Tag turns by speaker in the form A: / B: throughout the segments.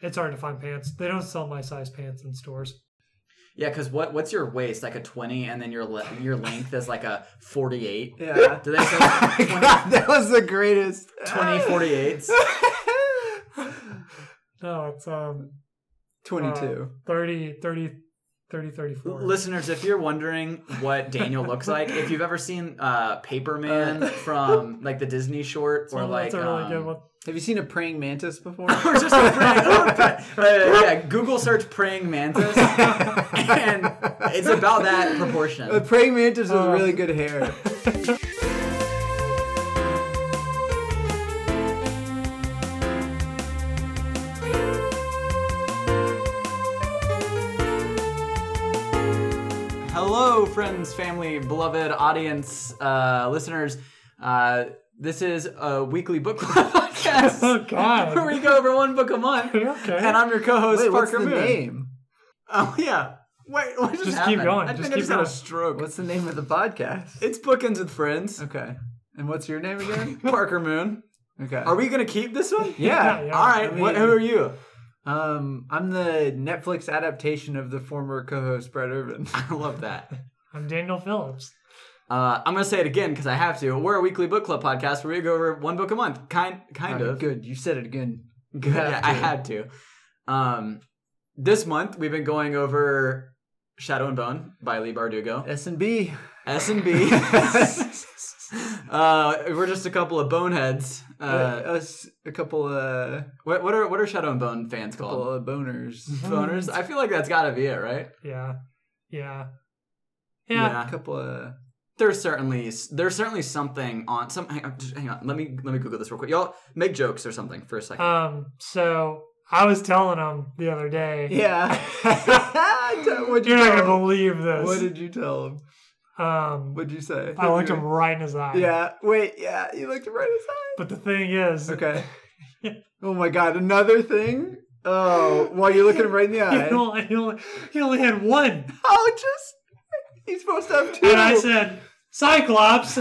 A: it's hard to find pants. They don't sell my size pants in stores.
B: Yeah, because what what's your waist like a twenty, and then your le- your length is like a forty eight.
C: Yeah.
B: Do they
A: Oh
B: sell 20,
C: God, that was the greatest.
B: 20 48s?
A: No, it's um
C: 22.
A: 30, 30, 30, 34.
B: Listeners, if you're wondering what Daniel looks like, if you've ever seen uh, Paperman from like the Disney short,
A: Well,
B: or
A: Oh,
B: like
A: that's a really
B: um,
A: good one.
C: Have you seen a praying mantis before?
B: or just a praying, uh, yeah, Google search praying mantis, and it's about that proportion.
C: a praying mantis with
A: Uh.
C: really good hair.
B: Hello, friends, family, beloved audience, uh, listeners. Uh, this is a weekly book club podcast.
A: Oh, God.
B: Where we go over one book a month.
A: Are you okay?
B: And I'm your co-host
C: Wait, what's
B: Parker
C: the
B: Moon.
C: name?
B: Oh yeah. Wait, what just,
A: Just keep
B: happened?
A: going.
B: I
A: Just
B: think I
A: keep
B: just had a
A: going.
B: stroke.
C: What's the name of the podcast?
B: It's bookends with friends.
C: Okay. And what's your name again?
B: Parker Moon.
C: Okay.
B: Are we gonna keep this one?
C: Yeah.
A: Yeah, yeah.
B: All right.
C: I
B: what,
C: mean-
B: who are you?
C: Um, I'm the Netflix adaptation of the former co-host Brett Irvin.
B: I love that.
A: I'm Daniel Phillips.
B: Uh, I'm gonna say it again because I have to. We're a weekly book club podcast where we go over one book a month. Kind, kind
C: All right,
B: of.
C: Good. You said it again.
B: Good.
C: Have
B: Yeah, I
C: to.
B: had to. Um, this month we've been going over Shadow and Bone by Lee Bardugo.
C: S and B.
B: S and B. Uh, we're just a couple of boneheads. Uh,
C: Us a couple of
B: what, what are what are Shadow and Bone fans
C: couple
B: called?
C: of boners.
B: Boners. I feel like that's got to be it, right?
A: Yeah. Yeah. Yeah.
C: A couple of
B: There's certainly there's certainly something on some. Hang on, just hang on. Let me let me Google this real quick. Y'all make jokes or something for a
C: Uh,
B: second.
A: Um, so I was telling him the other day.
C: yeah. What'd you
A: You're not
C: tell
A: gonna
C: him?
A: believe this.
C: What did you tell him?
A: um
C: What'd you say?
A: I looked him right in his eye.
C: Yeah. Wait. Yeah. You looked him right in
A: But the thing is
C: his eye. Okay. oh my God! Another thing. Oh, while you look at him right in the
A: he
C: eye.
A: only, he only- he only had one.
C: Oh, just he's supposed to have two.
A: And I said, Cyclops,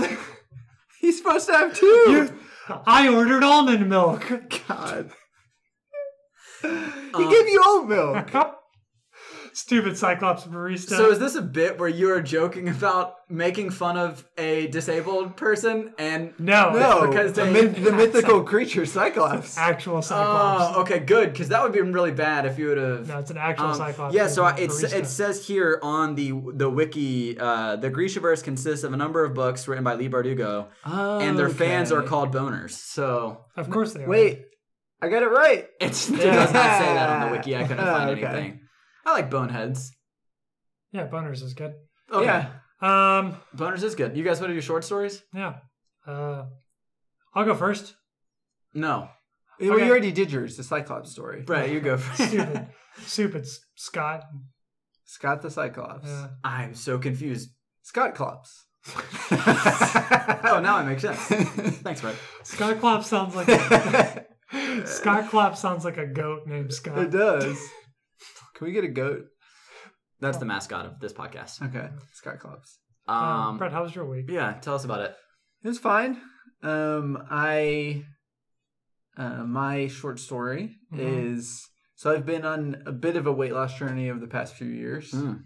C: he's supposed to have two.
A: you, I ordered almond milk.
C: God. he
B: Um,
C: gave you oat milk.
A: Stupid Cyclops barista.
B: So is this a bit where you are joking about making fun of a disabled person and
A: no,
C: No,
B: because
C: the,
B: they-
C: myth- the mythical creature Cyclops.
A: actual Cyclops.
B: Oh, okay, good because that would be really bad if you would have.
A: No, it's an actual
B: Um,
A: Cyclops.
B: yeah, so I,
A: It's a
B: it's,
A: barista.
B: it says here on the the wiki, uh, the Grishaverse consists of a number of books written by Lee Bardugo, and their fans are
C: Okay.
B: called boners. So
A: of course they are.
C: Wait, I got it right.
B: it's, it does not say that on the
C: Yeah.
B: wiki. I couldn't
C: Oh,
B: find
C: okay.
B: anything. I like boneheads.
A: yeah, boners is good.
B: Okay.
C: Yeah.
A: Um,
B: boners is good. You guys want to do short stories?
A: yeah. Uh, I'll go first.
B: No,
C: Well,
A: Okay.
C: Oh, you already did yours, the Cyclops story.
B: Brett, you go. first.
A: Stupid, stupid S- Scott.
C: Scott the Cyclops.
A: Yeah.
B: I'm so confused.
C: Scott Clops.
B: Oh, now it makes sense. Thanks, Brett.
A: Scott Clop sounds like a, Scott Clop sounds like a goat named
C: It
A: Scott.
C: does. Can we get a goat?
B: That's the mascot of this podcast.
C: Okay, Scott Clops.
A: Oh,
B: Um,
A: Brett, how was your week?
B: yeah, tell us about it.
C: It was fine. Um, I uh, my short story
A: Mhm.
C: is so I've been on a bit of a weight loss journey over the past few years.
B: Mm.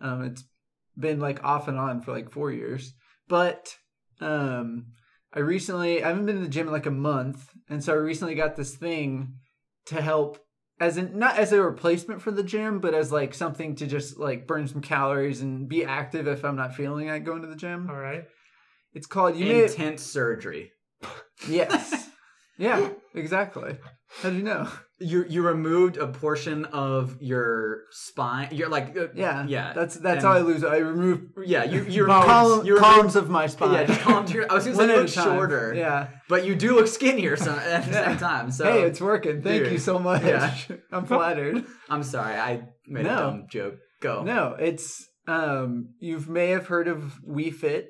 C: Um, it's been like off and on for like four years, but um, I recently I haven't been to the gym in like a month, and so I recently got this thing to help as in not as a replacement for the gym, but as like something to just like burn some calories and be active if I'm not feeling like going to the gym.
A: All right.
C: It's called you may
B: Intense surgery.
C: Yes. yeah, exactly. How do you know?
B: You you removed a portion of your spine. You're like uh,
C: Yeah.
B: yeah
C: That's that's
B: and-
C: how I lose. I remove
B: yeah you you
A: Bones.
C: column,
B: removed, you removed
C: columns of my spine.
B: yeah just calm to your, I was gonna
C: One
B: say
C: at a
B: look
C: time.
B: shorter
C: Yeah.
B: but you do look skinnier some, at the same time so
C: hey, it's working. Thank
B: Dude.
C: you so much.
B: Yeah.
C: I'm flattered.
B: I'm sorry I made a
C: No.
B: dumb joke go
C: No, it's um you may have heard of WeFit Fit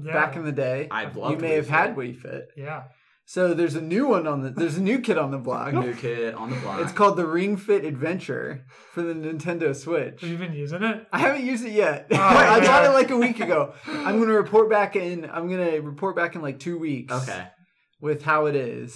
A: Yeah.
C: back in the day.
B: I
C: you
B: loved
C: may
B: Wii
C: have
B: Fit.
C: had WeFit. Fit.
A: yeah.
C: So there's a new one on the there's a new kid on the block.
B: new kid on the block
C: It's called the Ring Fit Adventure for the Nintendo Switch.
A: Have you been using it?
C: I haven't used it yet.
A: Oh,
C: I got
A: man.
C: it like a week ago. I'm gonna report back in. I'm gonna report back in like two weeks.
B: okay
C: With how it is,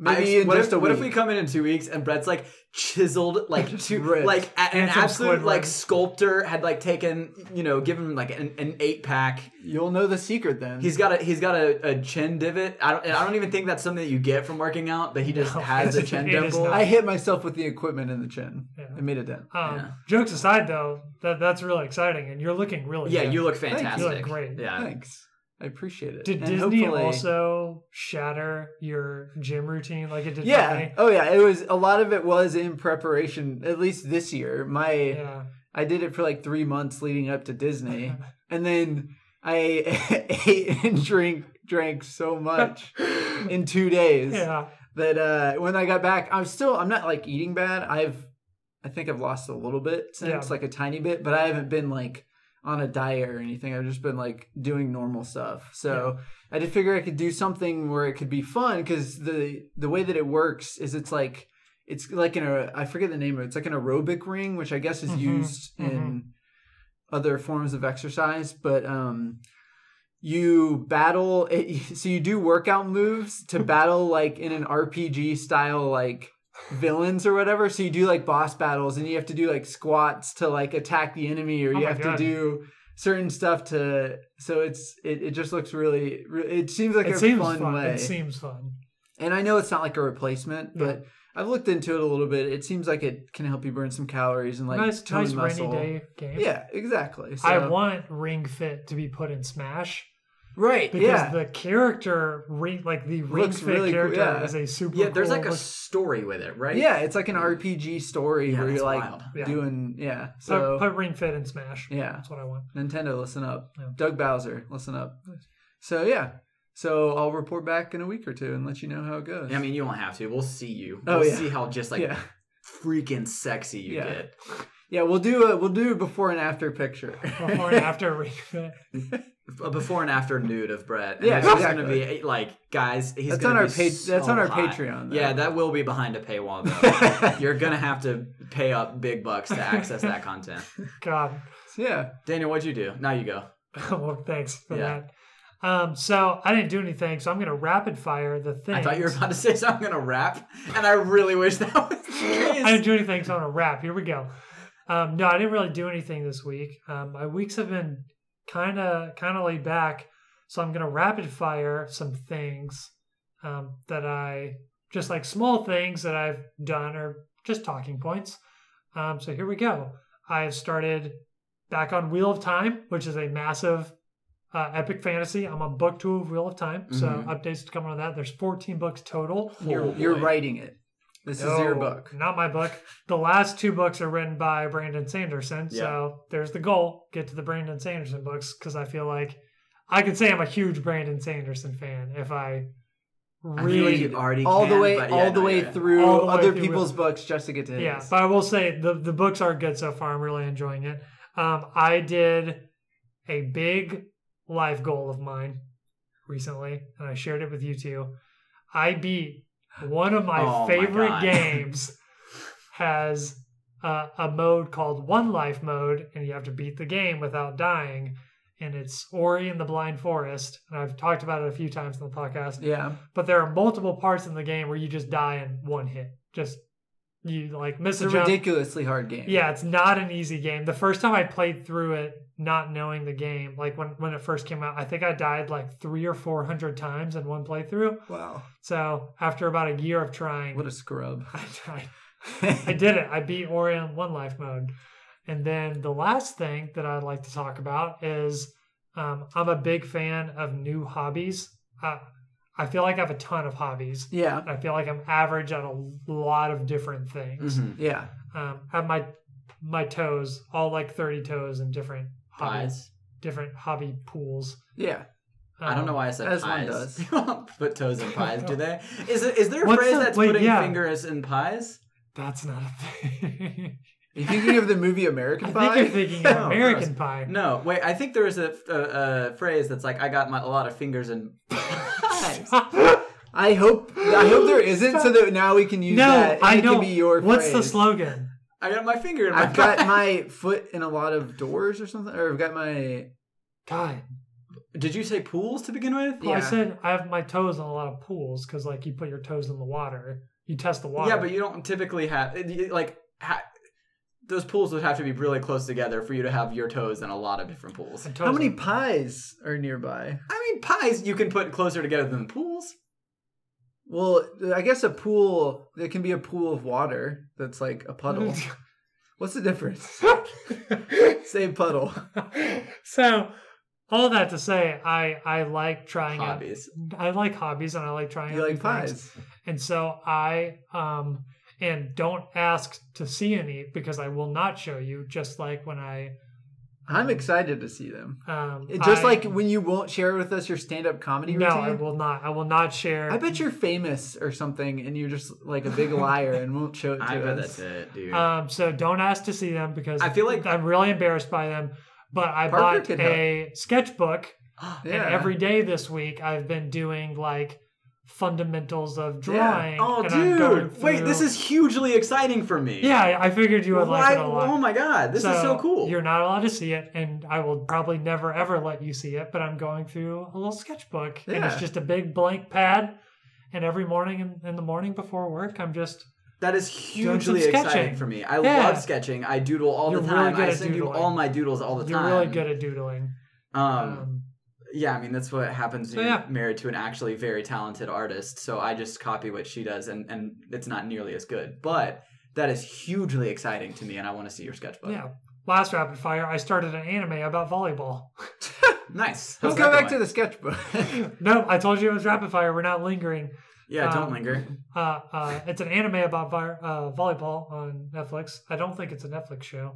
C: Maybe
B: I-
C: in
B: what,
C: just
B: if,
C: a
B: what if we
C: week.
B: come in in two weeks and Brett's like chiseled, like two,
C: ripped.
B: like a- an
A: Handsome
B: absolute
A: Squidward.
B: like sculptor had like taken, you know, given him like an, an eight pack.
C: You'll know the secret then.
B: He's got a he's got a, a chin divot. I don't and I don't even think that's something that you get from working out. That he just
A: No,
B: has a
A: it-
B: chin
A: it is
B: dimple.
A: not.
C: I hit myself with the equipment in the chin.
A: Yeah.
C: I made a dent.
A: Um,
B: Yeah.
A: Jokes aside, though, that that's really exciting, and you're looking really
B: Yeah,
A: good.
B: you look
C: you. You look
B: fantastic.
A: great.
B: Yeah,
C: Thanks. I appreciate it.
A: Did
C: And
A: Disney
C: hopefully-
A: also shatter your gym routine like it did? for
C: Yeah.
A: me?
C: Oh yeah. It was a lot of it was in preparation. At least this year, my
A: yeah.
C: I did it for like three months leading up to Disney, and then I ate and drink drank so much in two days
A: Yeah.
C: that uh, when I got back, I'm still I'm not like eating bad. I've I think I've lost a little bit since,
A: Yeah.
C: like a tiny bit, but I haven't been like on a diet or anything. I've just been like doing normal stuff. So I did figure I could do something where it could be fun because the the way that it works is it's like it's like in a I forget the name of it. It's like an aerobic ring, which I guess is
A: Mhm,
C: used in other forms of exercise, but um you battle it, so you do workout moves to battle like in an RPG style like villains or whatever. So you do like boss battles and you have to do like squats to like attack the enemy or
A: Oh
C: you
A: my
C: have
A: God.
C: to do certain stuff to so it's it, it just looks really re- it seems like
A: it
C: a
A: seems
C: fun,
A: fun.
C: way.
A: It seems fun.
C: and I know it's not like a replacement, but I've looked into it a little bit. It seems like it can help you burn some calories and like
A: nice,
C: tone
A: nice
C: muscle.
A: rainy day game.
C: Yeah, exactly. So,
A: I want Ring Fit to be put in Smash
C: right.
A: because
C: yeah.
A: the character, Ring, like the Ring
C: Looks
A: Fit
C: really cool,
A: character,
C: yeah.
A: is a super.
B: yeah. There's
A: cool
B: like a
A: look-
B: story with it, right?
C: yeah, it's like an RPG story
B: Yeah,
C: where
B: that's
C: you're like
B: wild.
A: Yeah.
C: doing yeah.
A: put,
C: So
A: put Ring Fit in Smash.
C: yeah.
A: That's what I want.
C: Nintendo, listen up.
A: Yeah.
C: Doug Bowser, listen up. So yeah. So I'll report back in a week or two and let you know how it goes.
B: I mean, you won't have to. We'll see you.
C: Oh,
B: we'll
C: yeah.
B: see how just like
C: yeah,
B: freaking sexy you
C: Yeah.
B: get.
C: yeah, we'll do a we'll do a before and after picture.
A: Before and after Ring Fit.
B: A before and after nude of Brett. And
C: Yeah,
B: there's
C: exactly.
B: gonna be eh, like guys. He's
C: That's
B: gonna
C: on our
B: be
C: pa-
B: so
C: that's on our
B: hot.
C: Patreon, though.
B: Yeah, that will be behind a paywall though. You're gonna have to pay up big bucks to access that content.
A: God.
C: So, yeah,
B: Daniel, what'd you do? Now you go.
A: well, thanks for
B: Yeah.
A: that. Um, so I didn't do anything, so I'm gonna rapid fire the thing.
B: I thought you were about to say so I'm gonna rap, and I really wish that was the
A: I
B: case.
A: didn't do anything, so I'm gonna wrap. Here we go. Um, no, I didn't really do anything this week. Um, my weeks have been kind of kind of laid back, so I'm gonna rapid fire some things um, that I just like small things that I've done or just talking points. Um, so here we go. I've started back on Wheel of Time, which is a massive uh, epic fantasy. I'm on book two of Wheel of Time, so
B: Mhm.
A: updates to come on that. There's 14 books total.
B: Oh,
C: you're
B: boy.
C: you're writing it. This is your
A: No,
C: book.
A: Not my book. The last two books are written by Brandon Sanderson. So there's the goal get to the Brandon Sanderson books because I feel like I could say I'm a huge Brandon Sanderson fan if I
B: I feel like
A: really.
B: you already
C: all the
B: can,
C: way
B: but yeah,
C: all the
B: no,
C: way
B: yeah.
C: through
A: All the way
C: other
A: through
C: people's
A: with-
C: books just to get to his.
A: Yeah, but I will say the, the books are good so far. I'm really enjoying it. Um, I did a big life goal of mine recently, and I shared it with you two. I beat one of my
B: Oh my
A: favorite
B: God.
A: games has uh, a mode called One Life mode, and you have to beat the game without dying. And it's Ori in the Blind Forest, and I've talked about it a few times in the podcast
C: yeah.
A: but there are multiple parts in the game where you just die in one hit. Just you like miss
C: It's
A: a
C: a
A: jump.
C: ridiculously hard game.
A: Yeah, it's not an easy game. The first time I played through it, not knowing the game, like when when it first came out, I think I died like three or four hundred times in one playthrough.
C: Wow.
A: So after about a year of trying,
C: What a scrub.
A: I died. I did it. I beat Ori on one life mode. And then the last thing that I'd like to talk about is um, I'm a big fan of new hobbies. Uh, I feel like I have a ton of hobbies.
C: yeah.
A: I feel like I'm average at a lot of different things.
B: Mhm.
C: Yeah.
A: Um, have my my toes all like 30 toes in different hobbies,
B: Pies.
A: different hobby pools.
C: Yeah.
B: I don't know
A: Um,
B: why I said
C: As one
B: pies.
C: does.
B: People don't put toes in pies, do they? Is it, is there a
A: What's
B: phrase
A: the-
B: that's
A: wait,
B: putting
A: yeah.
B: fingers in pies?
A: That's not a thing.
C: Are you thinking of the movie
A: I
C: American
A: think
C: Pie?
A: you're thinking of
B: No,
A: American Pie.
B: No, wait. I think there is a, a, a phrase that's like, "I got my, a lot of fingers in pies."
C: I hope I hope there isn't so that now we can use that.
A: no,
C: and
A: I
C: it
A: know.
C: Can be your
A: What's the
C: phrase.
A: slogan?
B: I got my finger in my.
C: I've got my foot in a lot of doors or something, or I've got my
A: God,
B: Did you say pools to begin with?
A: Well, I
C: Yeah.
A: said I have my toes in a lot of pools because, like, you put your toes in the water, you test the water.
B: Yeah, but you don't typically have it- you- like ha- those pools would have to be really close together for you to have your toes in a lot of different pools.
A: My toes
C: How many
A: in-
C: pies are nearby?
B: I mean, pies you can put closer together than pools.
C: Well, I guess a pool. There can be a pool of water that's like a puddle. What's the difference? Say puddle.
A: so, all that to say, I I like trying out-
B: Hobbies.
A: I like hobbies and I like trying.
C: You
A: out new
C: like
A: things.
C: pies?
A: And so I um and don't ask to see any because I will not show you. Just like when I
C: I'm excited to see them.
A: um
C: It- Just
A: I-
C: like when you won't share with us your stand-up comedy
A: no,
C: routine.
A: I will not. I will not share.
C: I bet you're famous or something, and you're just like a big liar and won't show it to
B: I bet
C: us.
B: that's it, dude.
A: Um, so don't ask to see them because
B: I feel like-
A: I'm really embarrassed by them. But I
C: Parker
A: bought
C: could
A: a sketchbook,
C: Yeah.
A: and every day this week I've been doing like fundamentals of drawing.
B: oh,
A: and I'm going
B: dude! Wait, this
A: through-
B: is hugely exciting for me.
A: yeah. I- I figured you would like
B: Why-
A: it a lot.
B: oh my god, this is so cool.
A: You're not allowed to see it, and I will probably never ever let you see it. But I'm going through a little sketchbook, and it's
C: Yeah.
A: just a big blank pad. And every morning in, in the morning before work, I'm just
B: That is
A: some
B: hugely exciting
A: sketching.
B: for me. I
A: Yeah.
B: love sketching. I doodle all
A: You're
B: the
A: really
B: time.
A: good
B: I
A: at
B: send you
A: doodling.
B: all my doodles all the
A: you're
B: time.
A: really good at doodling.
B: Um,
A: Um,
B: yeah, I mean that's what happens
A: So,
B: when you're
A: yeah.
B: married to an actually very talented artist. So I just copy what she does, and and it's not nearly as good. But that is hugely exciting to me, and I want to see your sketchbook.
A: yeah. Last rapid fire, I started an anime about volleyball.
B: nice.
C: Let's
B: How's
C: go
B: that
C: back to
B: going?
C: the sketchbook.
A: no, I told you it was rapid fire. We're not lingering.
B: Yeah, don't
A: um,
B: linger.
A: Uh, uh, it's an anime about vi- uh, volleyball on Netflix. I don't think it's a Netflix show,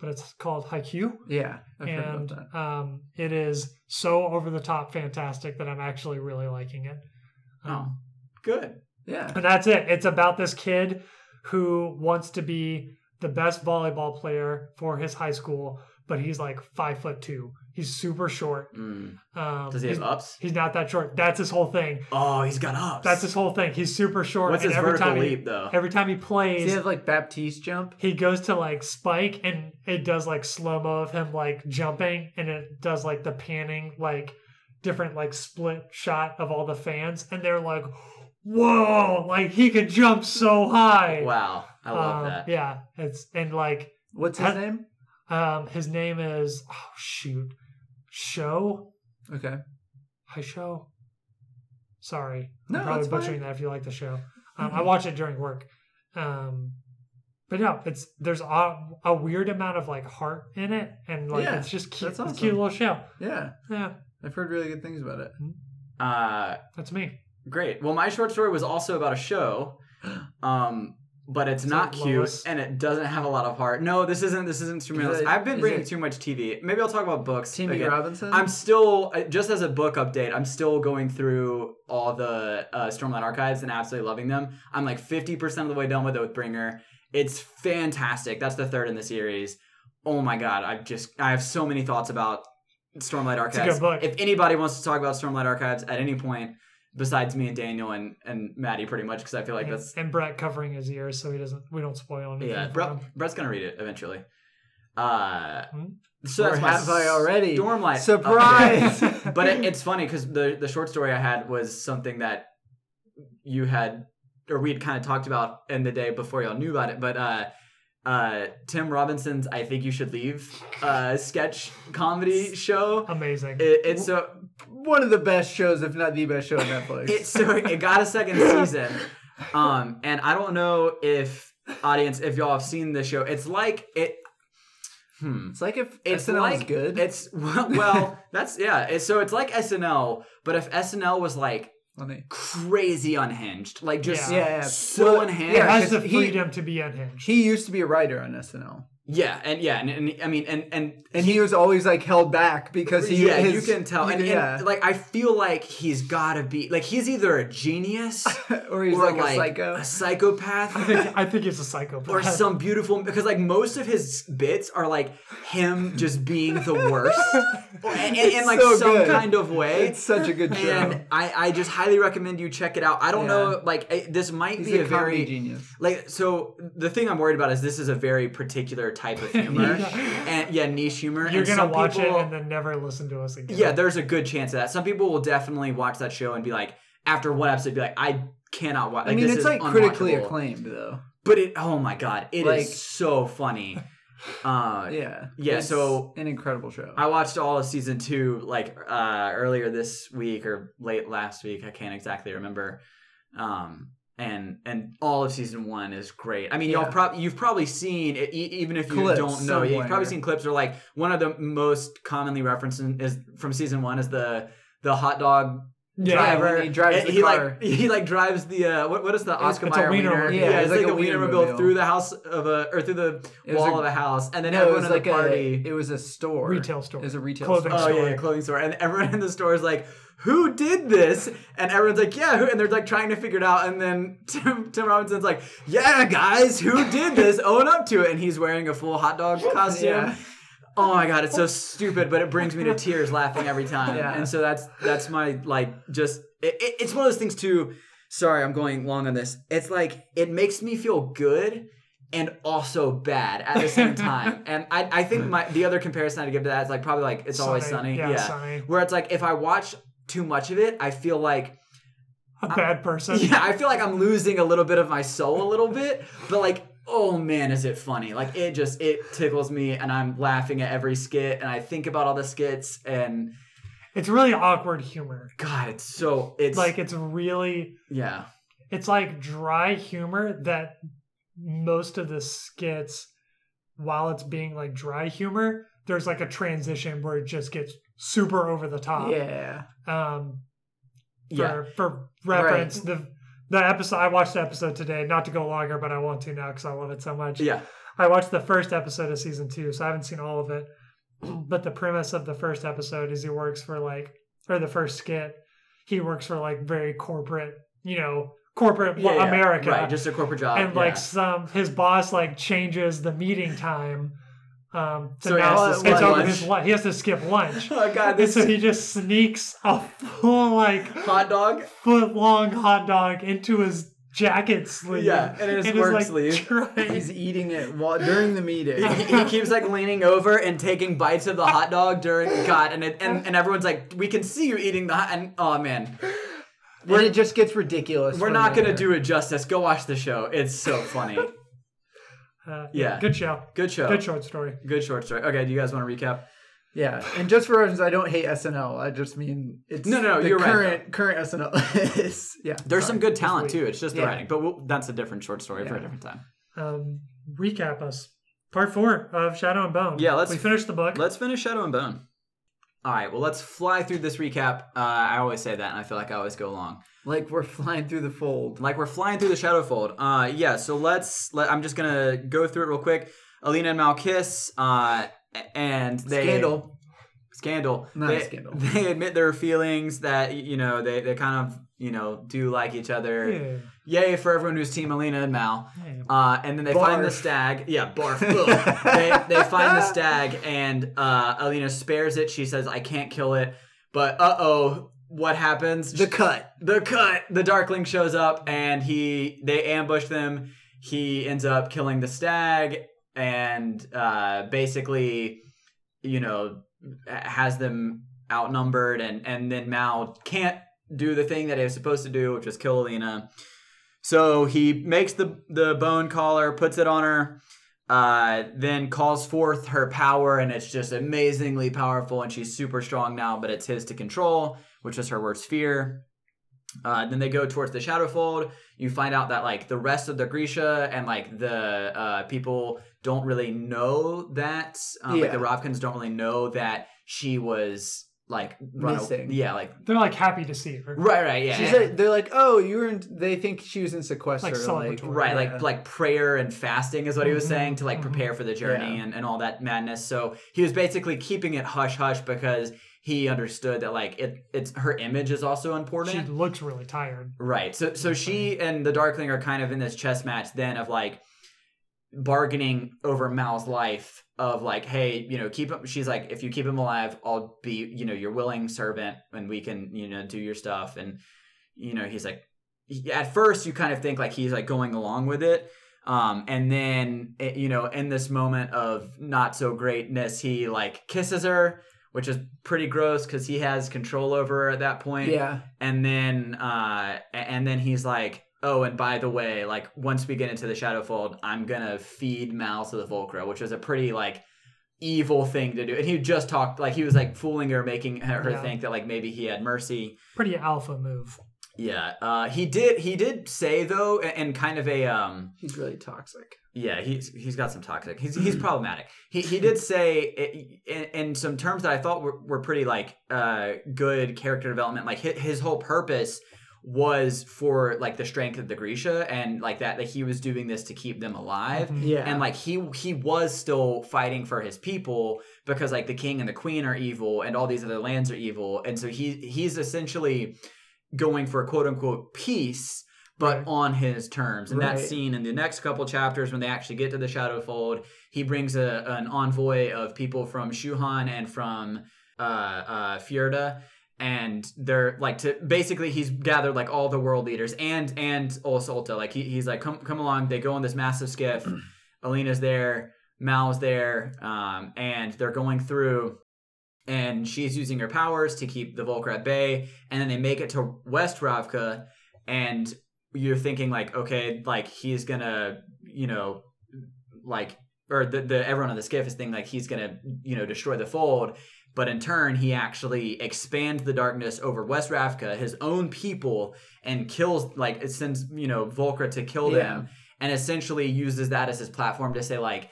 A: but it's called Haikyuu.
C: yeah, I've heard about
A: and
C: that.
A: um, it is so over the top fantastic that I'm actually really liking it. um,
B: Oh, good.
C: Yeah,
A: And that's it. It's about this kid who wants to be the best volleyball player for his high school, but he's like five foot two. He's super short.
B: Mm.
A: Um,
B: Does he have
A: he's,
B: ups?
A: he's not that short. That's his whole thing.
B: Oh, he's got ups.
A: That's his whole thing. He's super short.
B: What's
A: and
B: his
A: every
B: vertical
A: time he,
B: leap though?
A: Every time he
C: does he
A: plays,
C: have like Baptiste jump?
A: he goes to like spike and it does like slow mo of him like jumping and it does like the panning like different like split shot of all the fans and they're like whoa like he could jump so high
B: Wow, I love
A: Um,
B: that.
A: yeah it's and like
C: What's his
A: Has-
C: name?
A: um his name is oh shoot show
C: Okay.
A: hi show sorry
C: No,
A: i'm probably
C: that's fine. Mm-hmm.
A: butchering that if you like the show um, i watch it during work um but no it's there's a, a weird amount of like heart in it and like
C: Yeah,
A: it's just cute
C: that's
A: it's a cute
C: awesome.
A: little show
C: Yeah,
A: yeah
C: I've heard really good things about it.
B: Uh,
A: that's me
B: Great. Well, my short story was also about a show, um, but it's
A: Is
B: not
A: it
B: cute
A: Lois?
B: and it doesn't have a lot of heart. No, this isn't. This isn't
C: Is
B: instrumental.
C: it-
B: I've been
C: is
B: reading
C: it-
B: too much TV. Maybe I'll talk about books.
C: Timmy
B: again.
C: Robinson.
B: I'm still uh, just as a book update. I'm still going through all the uh, Stormlight archives and absolutely loving them. I'm like 50% of the way done with Oathbringer. It's fantastic. That's the third in the series. Oh my god, I've just I have so many thoughts about Stormlight
A: a
B: archives.
A: good book.
B: If anybody wants to talk about Stormlight archives at any point besides me and Daniel and and Maddie pretty much cuz I feel like
A: and,
B: that's
A: and brett covering his ears so he doesn't we don't spoil anything
B: yeah,
A: for
B: Brett,
A: him.
B: Brett's going to read it eventually. Uh
A: Hmm?
B: so
C: or
B: that's my
C: have I already?
B: Stormlight update.
C: Surprise!
B: but it, it's funny because the the short story I had was something that you had or we'd kind of talked about in the day before y'all knew about it. But uh, uh, Tim Robinson's "I Think You Should Leave" uh, sketch comedy show.
A: amazing
B: It, it's so
C: One of the best shows, if not the best show on Netflix.
B: it so it got a second season, um, and I don't know if audience if y'all have seen the show. It's like it. Hmm.
C: It's like if
B: It's
C: SNL
B: like
C: is good.
B: It's well, well that's yeah. It's, so it's like SNL, but if SNL was like
C: funny.
B: crazy unhinged, like just
A: Yeah.
C: Yeah, yeah.
B: so
C: Well,
B: unhinged.
A: it
B: Yeah.
C: yeah.
A: has the
C: because he-
A: freedom to be unhinged
C: He used to be a writer on SNL,
B: and yeah, and, and I mean, and and
C: and he, was always like held back because he.
B: yeah,
C: his-
B: you can tell, and, and,
C: yeah,
B: like I feel like he's gotta be like he's either a genius
C: or he's
B: or
C: like, a psycho.
B: a psychopath.
A: I think, I think he's a psychopath
B: or some beautiful because like most of his bits are like him just being the worst in, in, in, like
C: so
B: some
C: good.
B: kind of way
C: It's such a good show.
B: and I, I just highly recommend you check it out i don't
C: Yeah.
B: know like I, this might
C: he's
B: be
C: a,
B: a
C: comedy
B: very
C: genius.
B: like so the thing i'm worried about is this is a very particular type of humor.
A: Yeah.
B: and yeah, niche humor.
A: You're
B: and
A: gonna
B: some
A: watch
B: people-
A: it and then never listen to us again.
B: yeah, there's a good chance of that. Some people will definitely watch that show and be like, after one episode, be like, I cannot watch.
C: I mean,
B: this
C: it's
B: is
C: like critically
B: unwatchable.
C: acclaimed though.
B: But it, oh my god, it is
C: Like-
B: so funny. Uh,
C: Yeah.
B: Yeah,
C: It's
B: so-
C: an incredible show.
B: I watched all of season two like uh, earlier this week or late last week. I can't exactly remember. Um, and and all of season one is great. I mean,
C: Yeah.
B: y'all prob- you've probably seen e- e- even if you
C: Clips
B: don't know, yeah, you've
C: somewhere.
B: probably seen clips or like one of the most commonly referenced in, is from season one is the the hot dog
A: yeah.
C: Drive.
B: driver.
C: when he drives
B: And
C: the
B: he
C: car.
B: like he like drives the uh, what what is the
C: It's-
B: Oscar
A: it's a
B: Mayer
A: wiener-
B: wiener?
A: yeah,
B: it's, like, a wiener
C: wienermobile.
B: wheel through the house of a or through the
C: It was
B: wall
C: a-
B: of a house, and then
C: no, it
B: everyone
C: was
B: at the
C: like
B: party.
C: a it was a store.
A: Retail store.
C: It was a retail
A: Clothing
C: store.
B: Oh yeah,
A: store.
B: yeah, clothing store, and everyone in the store is like, "Who did this?" And everyone's like, "Yeah," who? and they're like trying to figure it out. And then Tim, Tim Robinson's like, "Yeah, guys, who did this? Own up to it." And he's wearing a full hot dog costume.
C: Yeah.
B: Oh my god, it's so stupid, but it brings me to tears laughing every time.
C: Yeah.
B: And so that's that's my like just it, it, it's one of those things too. Sorry, I'm going long on this. It's like it makes me feel good and also bad at the same time. and I, I think my the other comparison I'd give to that is like probably like it's always sunny.
A: Yeah,
B: Yeah.
A: sunny.
B: Where it's like if I watch too much of it, I feel like
A: A bad person.
B: yeah, I feel like I'm losing a little bit of my soul a little bit, but like oh man, is it funny? Like it just it tickles me and I'm laughing at every skit and I think about all the skits and
A: It's really awkward humor.
B: god, it's so it's
A: Like it's really
B: yeah.
A: it's like dry humor that most of the skits while it's being like dry humor there's like a transition where it just gets super over the top
C: Uh, Yeah.
A: um for,
B: Yeah.
A: for reference the the episode i watched the episode today not to go longer but i want to now because i love it so much
B: Yeah.
A: I watched the first episode of season two, so I haven't seen all of it. But the premise of the first episode is he works for like, or the first skit, he works for like very corporate, you know, corporate
B: Yeah, yeah,
A: America.
B: Right, just a corporate job.
A: and like
B: Uh, yeah.
A: some, his boss like changes the meeting time. Um, to
B: So he
A: now
B: has to
A: it's
B: skip
A: over
B: lunch.
A: his lunch. He has to skip lunch.
B: Oh god,
A: and
B: this
A: so he just sneaks a full like
B: hot dog.
A: foot long hot dog into his jacket sleeve.
B: Yeah, and in his work
A: like,
B: sleeve.
A: trying-
C: He's eating it while, during the meeting.
B: he, he keeps like leaning over and taking bites of the hot dog during God, and it, and, and everyone's like, "We can see you eating the hot." And oh man,
C: When it just gets ridiculous.
B: we're
C: from
B: not gonna
C: there.
B: do it justice. Go watch the show; it's so funny.
A: Uh,
B: Yeah.
A: Good show.
B: Good show.
A: Good short story.
B: Good short story. Okay, do you guys want to recap?
C: Yeah, and just for reference, I don't hate SNL. I just mean it's
B: No, no,
C: the
B: you're right,
C: current current SNL is yeah.
B: There's some good talent
A: week.
B: too. It's just the
C: Yeah.
B: writing, but we'll, that's a different short story for
C: Yeah.
B: a different time.
A: Um, recap us. Part four of Shadow and Bone.
B: Yeah, let's-
A: we finished the book.
B: Let's finish Shadow and Bone. All right, well, let's fly through this recap. Uh, I always say that, and I feel like I always go long.
C: like we're flying through the fold.
B: Like we're flying through the shadow fold. Uh, yeah. So let's. Let, I'm just gonna go through it real quick. Alina and Mal kiss. Uh, and they
C: Scandal.
B: Scandal.
C: Not
B: they,
C: scandal.
B: They admit their feelings that you know they they kind of you know do like each other.
A: Yeah.
B: Yay for everyone who's team Alina and Mal.
A: Yeah.
B: Uh, and then they find the
C: Barf.
B: stag. Yeah, barf. Ugh. they, they find the stag, and uh, Alina spares it. She says, "I can't kill it," but uh oh, what happens?
C: The cut.
B: the cut. The Darkling shows up, and he they ambush them. He ends up killing the stag, and uh, basically, you know, has them outnumbered, and and then Mao can't do the thing that he was supposed to do, which is kill Alina. So he makes the the bone collar, puts it on her, uh, then calls forth her power, and it's just amazingly powerful, and she's super strong now. But it's his to control, which is her worst fear. Uh, then they go towards the Shadowfold. You find out that like the rest of the Grisha and like the uh, people don't really know that, um, like
C: Yeah.
B: the Rovkins don't really know that she was like run-
C: Missing.
B: Yeah, like
A: They're like happy to see her.
B: right, right, yeah.
C: She's like, they're like, oh, you were in. They think she was in sequester.
A: Like
C: Like,
A: celebratory.
B: right
C: Yeah.
B: like like prayer and fasting is what he was
A: Mhm,
B: saying to like
A: mhm.
B: prepare for the journey
C: Yeah.
B: and, and all that madness so he was basically keeping it hush hush because he understood that like it it's her image is also
A: She
B: important
A: looks really tired.
B: right so so she and the darkling are kind of in this chess match then of like bargaining over Mal's life of like hey you know keep him she's like if you keep him alive I'll be you know your willing servant and we can you know do your stuff and you know he's like he- at first you kind of think like he's like going along with it Um, and then, it, you know, in this moment of not so greatness, he like kisses her, which is pretty gross because he has control over her at that point.
C: Yeah.
B: And then, uh, a- and then he's like, oh, and by the way, like once we get into the Shadowfold, I'm gonna feed Mal to the Volcra, which is a pretty like evil thing to do. And he just talked like he was like fooling her, making her, her
A: Yeah.
B: think that like maybe he had mercy.
A: Pretty alpha move.
B: Yeah, uh, he did. He did say though, a- and kind of a um,
C: He's really toxic.
B: yeah, he's he's got some toxic. He's he's problematic. He he did say i- in, in some terms that I thought were, were pretty like uh good character development. Like his, his whole purpose was for like the strength of the Grisha and like that that he was doing this to keep them alive.
A: Mhm.
C: Mm-hmm. Yeah.
B: And like he he was still fighting for his people because like the king and the queen are evil and all these other lands are evil. And so he he's essentially going for quote unquote peace, but
A: Right.
B: on his terms. And
C: Right.
B: that scene in the next couple chapters when they actually get to the Shadowfold, he brings a an envoy of people from Shuhan and from uh uh Fjorda and they're like to basically he's gathered like all the world leaders and and Olsolta. Like he, he's like come come along. They go on this massive skiff. Alina's there, Mal's there, um, and they're going through. And she's using her powers to keep the Volker at bay. And then they make it to West Ravka, and you're thinking like, okay, like he's gonna, you know, like or the, the everyone on the skiff is thinking like he's gonna, you know, destroy the fold but in turn he actually expands the darkness over West Ravka, his own people, and kills like it sends you know Volkra to kill them, and essentially uses that as his platform to say like,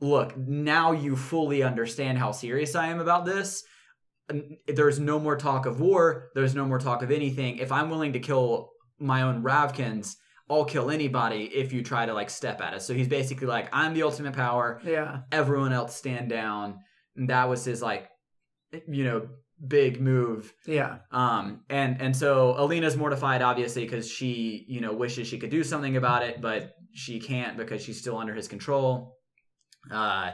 B: look, now you fully understand how serious I am about this. N- There's no more talk of war. There's no more talk of anything. If I'm willing to kill my own Ravkins, I'll kill anybody if you try to like step at us. So he's basically like, I'm the ultimate power
C: yeah.
B: everyone else stand down. And that was his like, you know, big move.
C: Yeah.
B: Um, and and so Alina's mortified, obviously, because she you know wishes she could do something about it, but she can't because she's still under his control. Uh,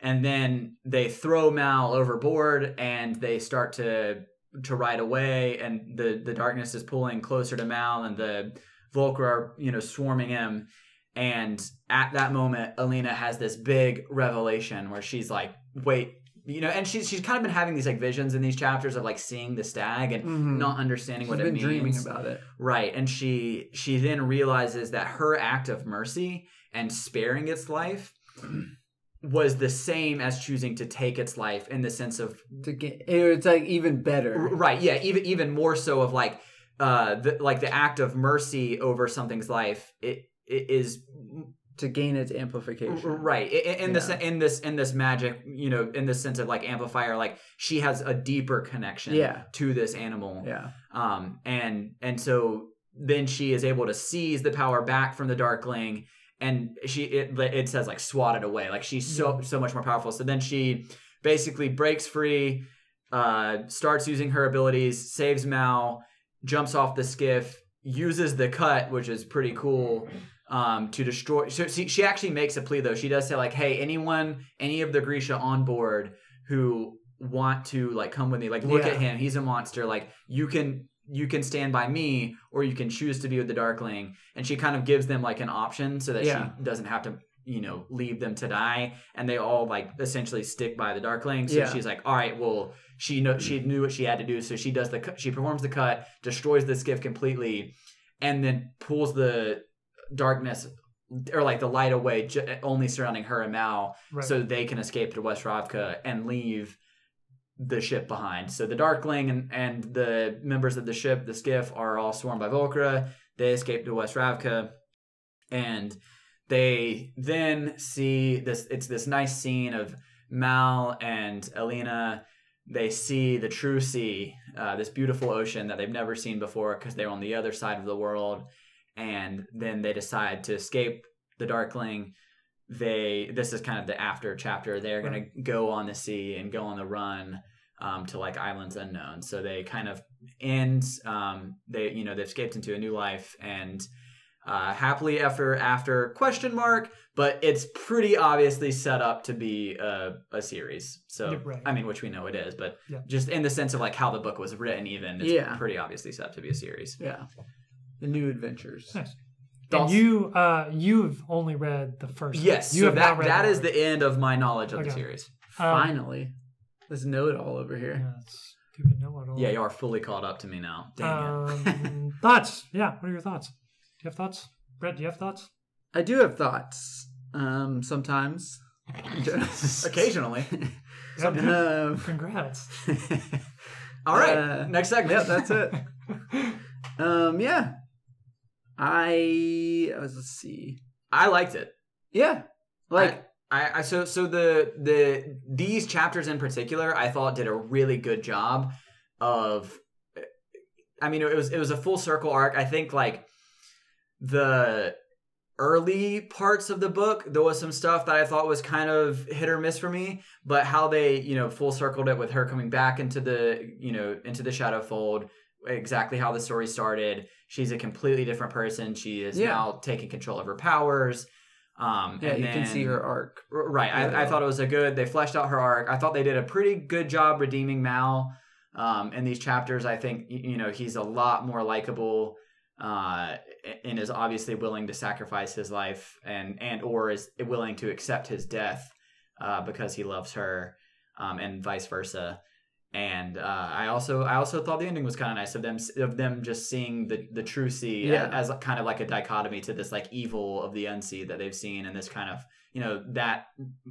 B: and then they throw Mal overboard, and they start to to ride away, and the the darkness is pulling closer to Mal, and the Volker are you know swarming him. And at that moment, Alina has this big revelation where she's like, "Wait." You know, and she's she's kind of been having these like visions in these chapters of like seeing the stag and
C: Mhm.
B: not understanding
C: She's
B: what
C: been
B: it means.
C: dreaming about it.
B: Right, and she she then realizes that her act of mercy and sparing its life was the same as choosing to take its life in the sense of
C: To get, or it's like even better.
B: R- right yeah even even more so of like uh the, like the act of mercy over something's life it, it is
C: to gain its
B: r-
C: amplification.
B: right I- I- in this
C: Yeah.
B: in this in this magic you know in this sense of like amplifier like she has a deeper connection
C: Yeah.
B: to this animal
C: Yeah.
B: um, and and so then she is able to seize the power back from the Darkling, and she it, it says like swatted away, like she's so so much more powerful. So then she basically breaks free, uh, starts using her abilities, saves Mal, jumps off the skiff, uses the cut, which is pretty cool. Um, to destroy, so she, she actually makes a plea though. She does say like, "Hey, anyone, any of the Grisha on board who want to like come with me like look
C: Yeah.
B: at him he's a monster like you can you can stand by me or you can choose to be with the darkling and she kind of gives them like an option so that
C: Yeah.
B: she doesn't have to you know leave them to die and they all like essentially stick by the darkling so
C: Yeah.
B: she's like all right well she know she knew what she had to do so she does the cu- she performs the cut destroys the skiff completely and then pulls the darkness or like the light away j- only surrounding her and mal
A: Right.
B: so they can escape to West Ravka and leave the ship behind. So the Darkling and, and the members of the ship, the skiff, are all swarmed by Volkra. They escape to West Ravka, and they then see this. It's this nice scene of Mal and Elena. They see the true sea, uh, this beautiful ocean that they've never seen before because they're on the other side of the world. And then they decide to escape the Darkling they this is kind of the after chapter they're going to go on the sea and go on the run um, to like islands unknown so they kind of end um, they you know they've escaped into a new life and uh, happily ever after question mark but it's pretty obviously set up to be a, a series so
A: Yeah, right.
B: i mean which we know it is but
A: Yeah.
B: just in the sense of like how the book was written even it's
C: Yeah.
B: pretty obviously set up to be a series
C: Yeah. The new adventures.
A: Nice. And
B: Dawson-
A: you, uh, you've only read the first. one.
B: Yes,
A: you
B: so
A: have not
B: that
A: read
B: that
A: one.
B: is the end of my knowledge of the
A: Okay.
B: series.
A: Um,
C: Finally, let's know it all over here.
A: Yeah, it's stupid know-it-all.
B: Yeah, you are fully caught up to me now. Dang it.
A: Um, thoughts? Yeah. What are your thoughts? Do you have thoughts? Brett, do you have thoughts?
C: I do have thoughts. Um, sometimes.
A: Uh,
B: Occasionally.
A: Yeah.
C: um,
A: Congrats.
B: All right,
C: Uh,
B: next segment.
C: yeah, that's it. Um, yeah. I, I was, let's see.
B: I liked it.
C: Yeah. Like,
B: I, I so so the the these chapters in particular I thought did a really good job of I mean it was it was a full circle arc. I think like the early parts of the book there was some stuff that I thought was kind of hit or miss for me, but how they, you know, full circled it with her coming back into the, you know, into the shadow fold, exactly how the story started. She's a completely different person. She is
C: Yeah.
B: now taking control of her powers. Um
C: yeah,
B: and
C: you can see
B: then-
C: her arc.
B: R- Right.
C: Yeah.
B: I, I thought it was a good. They fleshed out her arc. I thought they did a pretty good job redeeming Mal um, in these chapters. I think y- you know he's a lot more likable uh, and is obviously willing to sacrifice his life and and or is willing to accept his death uh, because he loves her um, and vice versa. And uh, I also I also thought the ending was kind of nice of them of them just seeing the the true sea
C: Yeah.
B: as, as kind of like a dichotomy to this like evil of the unseen that they've seen and this kind of you know that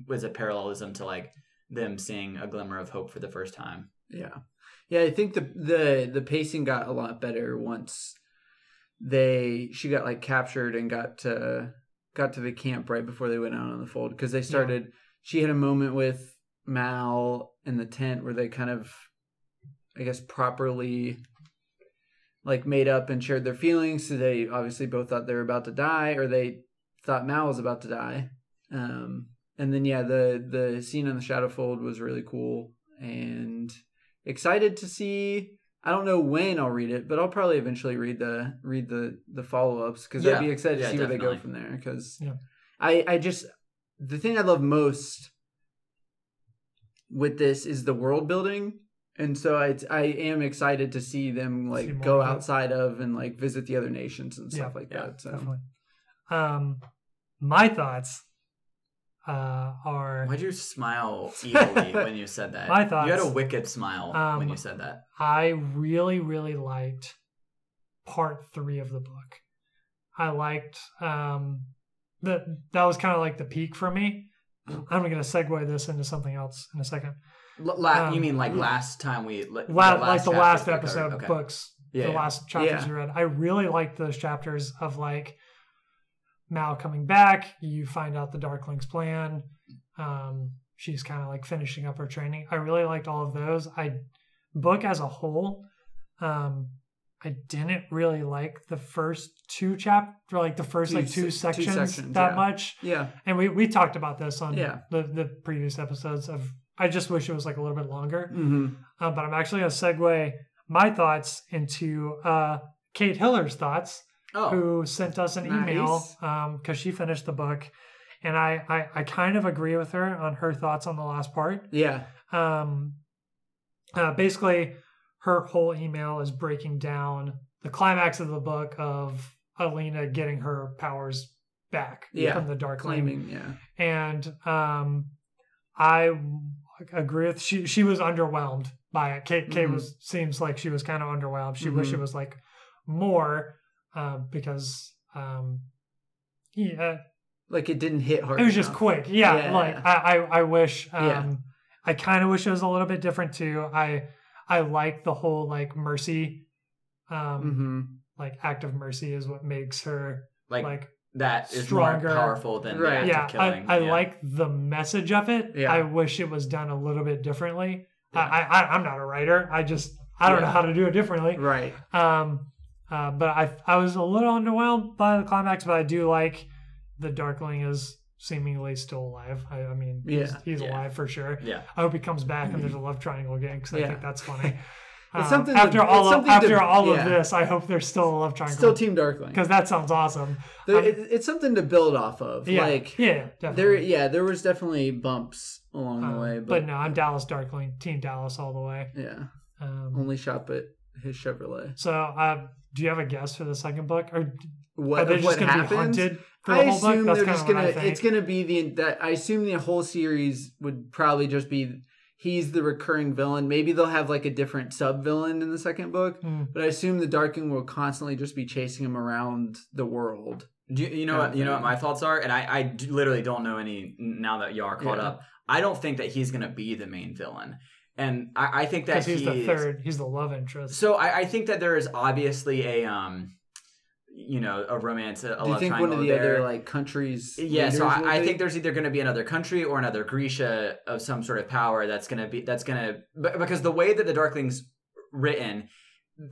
B: was a parallelism to like them seeing a glimmer of hope for the first time.
C: Yeah. Yeah, I think the the the pacing got a lot better once they she got like captured and got to got to the camp right before they went out on the fold because they started she had a moment with Mal in the tent where they kind of I guess properly like made up and shared their feelings. So they obviously both thought they were about to die or they thought Mal was about to die. Um and then yeah, the the scene on the Shadow Fold was really cool and excited to see I don't know when I'll read it, but I'll probably eventually read the read the the follow-ups cuz I'd
B: Yeah.
C: be excited to
B: Yeah,
C: see where they
B: definitely.
C: go from there cuz
A: Yeah.
C: I I just the thing I love most with this is the world building. And so I, I am excited to see them like
A: See more
C: go
A: of it.
C: outside of and like visit the other nations and stuff
A: Yeah,
C: like
B: yeah,
C: that. So
A: Definitely. Um, my thoughts uh, are
B: Why'd you smile evilly when you said that?
A: My
B: You had a
A: thoughts.
B: wicked smile when
A: Um,
B: you said that.
A: I really, really liked part three of the book. I liked um, that. That was kind of like the peak for me. I'm going to segue this into something else in a second.
B: L- la-
A: um,
B: you mean like last time we la-
A: La- like the
B: chapter
A: last
B: we covered.
A: episode
B: Okay.
A: books,
B: Yeah,
A: the
B: yeah.
A: last chapters
C: Yeah.
A: you read. I really liked those chapters of like Mal coming back. You find out the Darkling's plan. Um, she's kind of like finishing up her training. I really liked all of those. I book as a whole. Um, I didn't really like the first two chapter, like the first
C: Two
A: like two
C: se- two
A: sections,
C: sections,
A: that
C: yeah.
A: much
C: yeah,
A: and we we talked about this on
C: Yeah.
A: the the previous episodes of i just wish it was like a little bit longer
B: Mm-hmm.
C: hmm
A: uh, but i'm actually going to segue my thoughts into uh kate hiller's thoughts
B: Oh,
A: who sent us an email
C: Nice.
A: because she finished the book and I, I i kind of agree with her on her thoughts on the last part
C: yeah,
A: um, uh, basically her whole email is breaking down the climax of the book of Alina getting her powers back
C: Yeah,
A: from the Dark
C: claiming yeah,
A: and um, I agree with she. She was underwhelmed by it. Kate, Kate
C: Mhm.
A: was seems like she was kind of underwhelmed. She wished
C: Mhm.
A: it was like more uh, because um, yeah,
C: like it didn't hit hard.
A: it was just
C: enough.
A: quick. Yeah,
C: Yeah.
A: like I, I, I wish. Um,
C: Yeah.
A: I kind of wish it was a little bit different too. I, I like the whole like mercy, um,
C: Mhm.
A: like act of mercy is what makes her
B: like,
A: like,
B: that is
A: stronger.
B: more powerful than the
C: Right.
B: act
A: yeah.
B: of killing.
A: I, I
B: Yeah.
A: like the message of it.
C: Yeah.
A: I wish it was done a little bit differently.
B: Yeah.
A: I, I, I'm not a writer. I just I don't
B: Yeah.
A: know how to do it differently.
C: Right.
A: Um, uh, but I I was a little underwhelmed by the climax, but I do like the Darkling is seemingly still alive. I, I mean,
C: Yeah.
A: he's, he's
B: Yeah.
A: alive for sure.
B: Yeah.
A: I hope he comes back and there's a love triangle again because I
C: Yeah.
A: think that's funny.
C: It's
A: Um,
C: something to-
A: after
C: it's
A: all of,
C: something to-
A: after all
C: yeah.
A: of this, I hope there's still a love
C: Still
A: triangle
C: Team Darkling.
A: because that sounds awesome.
C: There-
A: I'm-
C: it- it's something to build off of.
A: Yeah,
C: Like
A: yeah, definitely.
C: there, yeah, there was definitely bumps along
A: Um,
C: the way,
A: but, no, I'm Dallas Darkling, Team Dallas all the way.
C: yeah,
A: Um,
C: only shop at his Chevrolet.
A: so, uh, do you have a guess for the second book, or Are
C: what
A: they
C: of what
A: just going to be
C: happens.
A: hunted for
C: I
A: the whole book?
C: assume
A: That's
C: they're
A: kinda
C: just
A: what
C: gonna.
A: I think.
C: It's gonna be the that. I assume the whole series would probably just be he's the recurring villain. Maybe they'll have like a different sub villain in the second book,
A: Hmm.
C: but I assume the Darkling will constantly just be chasing him around the world.
B: Do you, you know
C: Kind
B: what
C: of
B: you know what
C: thing.
B: my thoughts are, and I I d- literally don't know any n- now that y'all are caught
C: Yeah.
B: up. I don't think that he's gonna be the main villain, and I, I think that
A: Because he's
B: he
A: the
B: is-
A: third. He's the love interest.
B: So I, I think that there is obviously a um, you know, a romance, a, a
C: Do you
B: love
C: think
B: triangle
C: one of the
B: there.
C: other like countries?
B: yeah, so
C: leaders will
B: I, I
C: be?
B: think there's either going to be another country or another Grisha of some sort of power that's going to be that's going to because the way that the Darkling's written,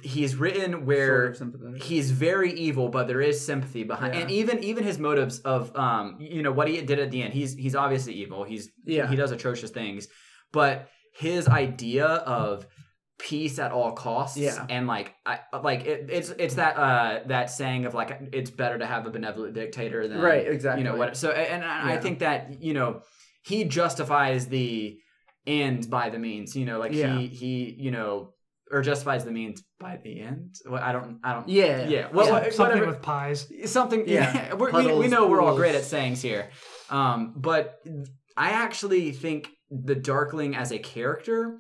B: he's written where
C: Sort of sympathetic.
B: he's very evil, but there is sympathy behind,
C: Yeah.
B: and even even his motives of um you know what he did at the end. He's he's obviously evil. He's
C: Yeah.
B: he does atrocious things, but his idea of peace at all costs
C: Yeah.
B: and like I like it, it's it's that uh that saying of like it's better to have a benevolent dictator than
C: right, exactly.
B: you know what so and, and I
C: Yeah.
B: think that you know he justifies the end by the means you know like
C: Yeah.
B: he he you know or justifies the means by the end well, I don't I don't
C: Yeah,
B: yeah. Well,
A: Some-
B: what-
A: something
B: whatever.
A: with pies.
B: something.
C: Yeah.
B: Yeah. we're, we, we
C: Puddles,
B: know we're all
C: pools.
B: great at sayings here, um, but I actually think the Darkling as a character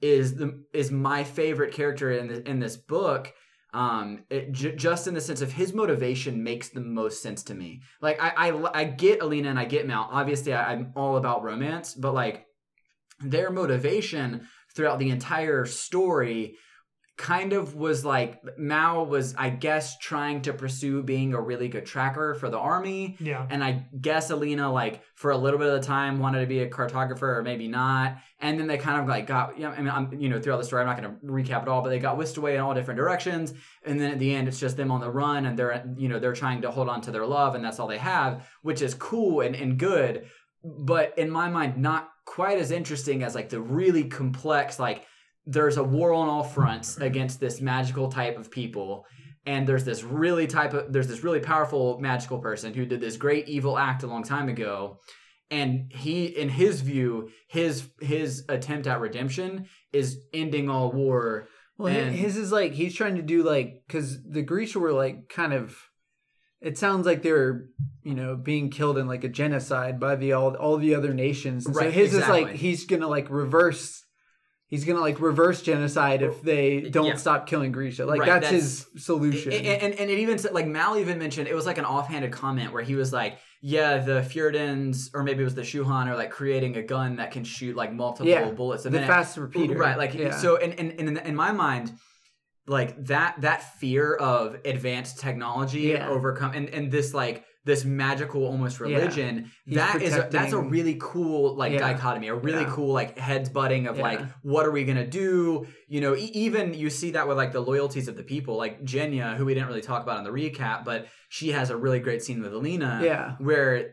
B: is the is my favorite character in the, in this book. Um, it, j- just in the sense of his motivation makes the most sense to me. Like I, I, I get Alina and I get Mal. Obviously, I, I'm all about romance, but like their motivation throughout the entire story kind of was like Mao was, I guess, trying to pursue being a really good tracker for the army.
A: Yeah.
B: And I guess Alina, like, for a little bit of the time, wanted to be a cartographer or maybe not. And then they kind of like got, yeah, I mean, I'm, you know, throughout the story, I'm not going to recap it all, but they got whisked away in all different directions. And then at the end, it's just them on the run and they're, you know, they're trying to hold on to their love and that's all they have, which is cool and, and good. But in my mind, not quite as interesting as like the really complex, like, there's a war on all fronts against this magical type of people and there's this really type of there's this really powerful magical person who did this great evil act a long time ago and he in his view his his attempt at redemption is ending all war
C: Well, hi-
B: And-
C: his is like he's trying to do like because the Grisha were like kind of. It sounds like they're you know being killed in like a genocide by the all all the other nations. And so
B: Right,
C: his is like
B: exactly.
C: he's gonna like reverse. He's gonna like reverse genocide if they don't
B: Yeah.
C: stop killing Grisha. Like
B: Right,
C: that's,
B: that's-
C: his solution.
B: And, and, and it even said, like Mal even mentioned it was like an offhanded comment where he was like, "Yeah, the Fjordans or maybe it was the Shuhan are like creating a gun that can shoot like multiple
C: Yeah,
B: bullets a
C: the
B: minute."
C: fast repeater,
B: right like
C: yeah.
B: so and and and in, in my mind like that that fear of advanced technology
C: Yeah.
B: overcome and and this like this magical almost
C: Yeah.
B: religion
C: He's
B: that is a, that's a
C: protecting-
B: really cool like
C: Yeah.
B: dichotomy a really
C: Yeah.
B: cool like heads butting of like
C: Yeah.
B: what are we gonna do you know e- even you see that with like the loyalties of the people like jenya who we didn't really talk about in the recap but she has a really great scene with alina
C: yeah,
B: where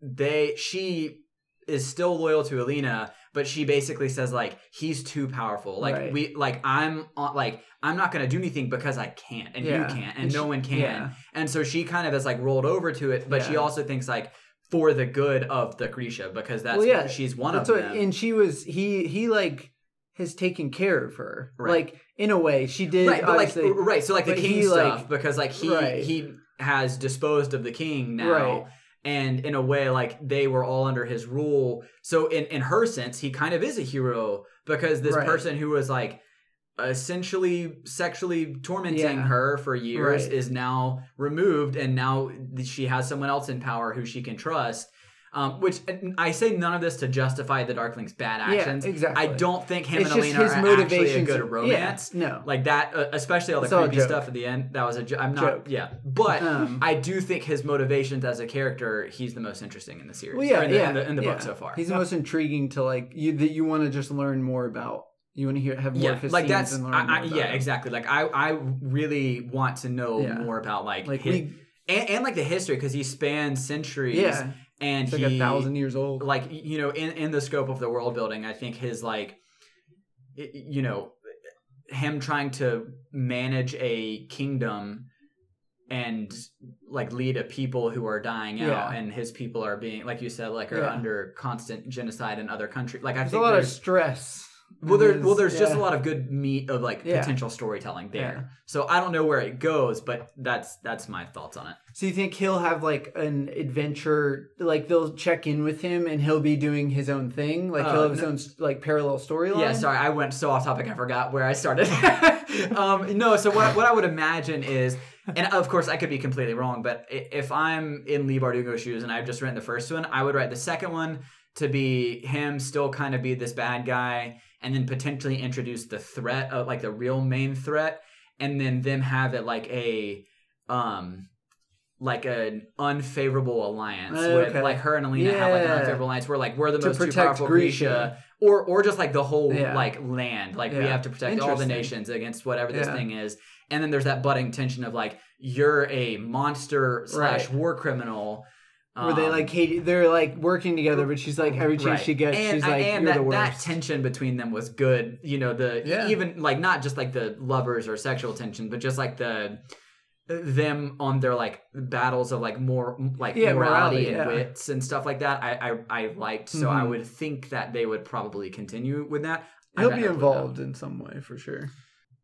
B: they she is still loyal to Alina, but she basically says like he's too powerful. Like
C: Right.
B: we like I'm on like I'm not gonna do anything because I can't and
C: Yeah.
B: you can't and,
C: And
B: no
C: she-
B: one can.
C: yeah.
B: And so she kind of is like rolled over to it, but she
C: Yeah.
B: also thinks like for the good of the Grisha because that's
C: Well, yeah,
B: she's one
C: That's
B: of
C: what,
B: them.
C: and she was he he like has taken care of her.
B: Right.
C: Like in a way, she did.
B: right, but like
C: obviously-
B: right, so like the
C: but
B: king
C: he, like-
B: stuff because like he
C: Right.
B: he has disposed of the king now.
C: Right.
B: And in a way, like they were all under his rule. So in in her sense, he kind of is a hero because this
C: Right.
B: person who was like essentially sexually tormenting
C: Yeah.
B: her for years
C: Right.
B: is now removed, and now she has someone else in power who she can trust. Um, which and I say none of this to justify the Darkling's bad
C: yeah,
B: actions.
C: exactly.
B: I don't think him
C: it's
B: and
C: just
B: Elena
C: his
B: are actually a
C: motivations.
B: good
C: Yeah,
B: romance
C: no,
B: like that, uh, especially all the
C: It's all a
B: creepy
C: joke.
B: stuff at the end. That was a jo- I'm not,
C: Joke.
B: yeah, but
C: Um,
B: I do think his motivations as a character, he's the most interesting in the series.
C: Well, yeah,
B: or in the,
C: yeah,
B: in the, in the
C: yeah.
B: book so far.
C: He's the most intriguing to like you that you want to just learn more about. You want to hear have more
B: yeah,
C: of his
B: like
C: scenes
B: that's,
C: and learn
B: I,
C: more
B: I,
C: about
B: yeah,
C: him.
B: exactly. Like I, I really want to know
C: Yeah.
B: more about like,
C: Like
B: his,
C: we,
B: and, and like the history because he spans centuries.
C: yeah,
B: and
C: it's like
B: he
C: a thousand years old.
B: like you know in in the scope of the world building i think his like y- you know him trying to manage a kingdom and like lead a people who are dying out
C: Yeah.
B: and his people are being like you said like are
C: Yeah.
B: under constant genocide in other countries like i
C: there's a
B: think
C: lot of
B: there's
C: stress.
B: Well, there,
C: Because-
B: well, there's just a
C: yeah.
B: lot of good meat of like
C: Yeah.
B: potential storytelling there.
C: Yeah.
B: So I don't know where it goes, but that's that's my thoughts on it.
C: So you think he'll have like an adventure? Like they'll check in with him, and he'll be doing his own thing. Like
B: Uh,
C: he'll have his
B: no-
C: own like parallel storyline.
B: Yeah, sorry, I went so off topic. I forgot where I started. um, no, so what, what I would imagine is, and of course I could be completely wrong, but i- if I'm in Lee Bardugo's shoes and I've just written the first one, I would write the second one to be him still kind of be this bad guy, and then potentially introduce the threat of like the real main threat, and then them have it like a, um, like an unfavorable alliance
C: Okay.
B: with like her and Alina have like an
C: Yeah.
B: unfavorable alliance where like we're the
C: To
B: most two
C: protect
B: powerful
C: Grisha.
B: Grisha or or just like the whole
C: Yeah.
B: like land like we
C: Yeah.
B: have to protect all the
C: Interesting.
B: nations against whatever this
C: Yeah.
B: thing is and then there's that budding tension of like you're a monster slash war criminal
C: Where they
B: um,
C: like hate, they're like working together, but she's like every chance
B: right.
C: she gets,
B: and,
C: she's
B: I-
C: like
B: and
C: you're
B: that,
C: the
B: that
C: worst.
B: tension between them was good you know the
C: Yeah.
B: even like not just like the lovers or sexual tension but just like the them on their like battles of like more like
C: Yeah,
B: morality,
C: morality,
B: and
C: yeah.
B: wits and stuff like that i i, I liked so i
C: Mhm.
B: would think that they would probably continue with that I
C: he'll
B: bet
C: be
B: it would, though.
C: involved in some way for sure.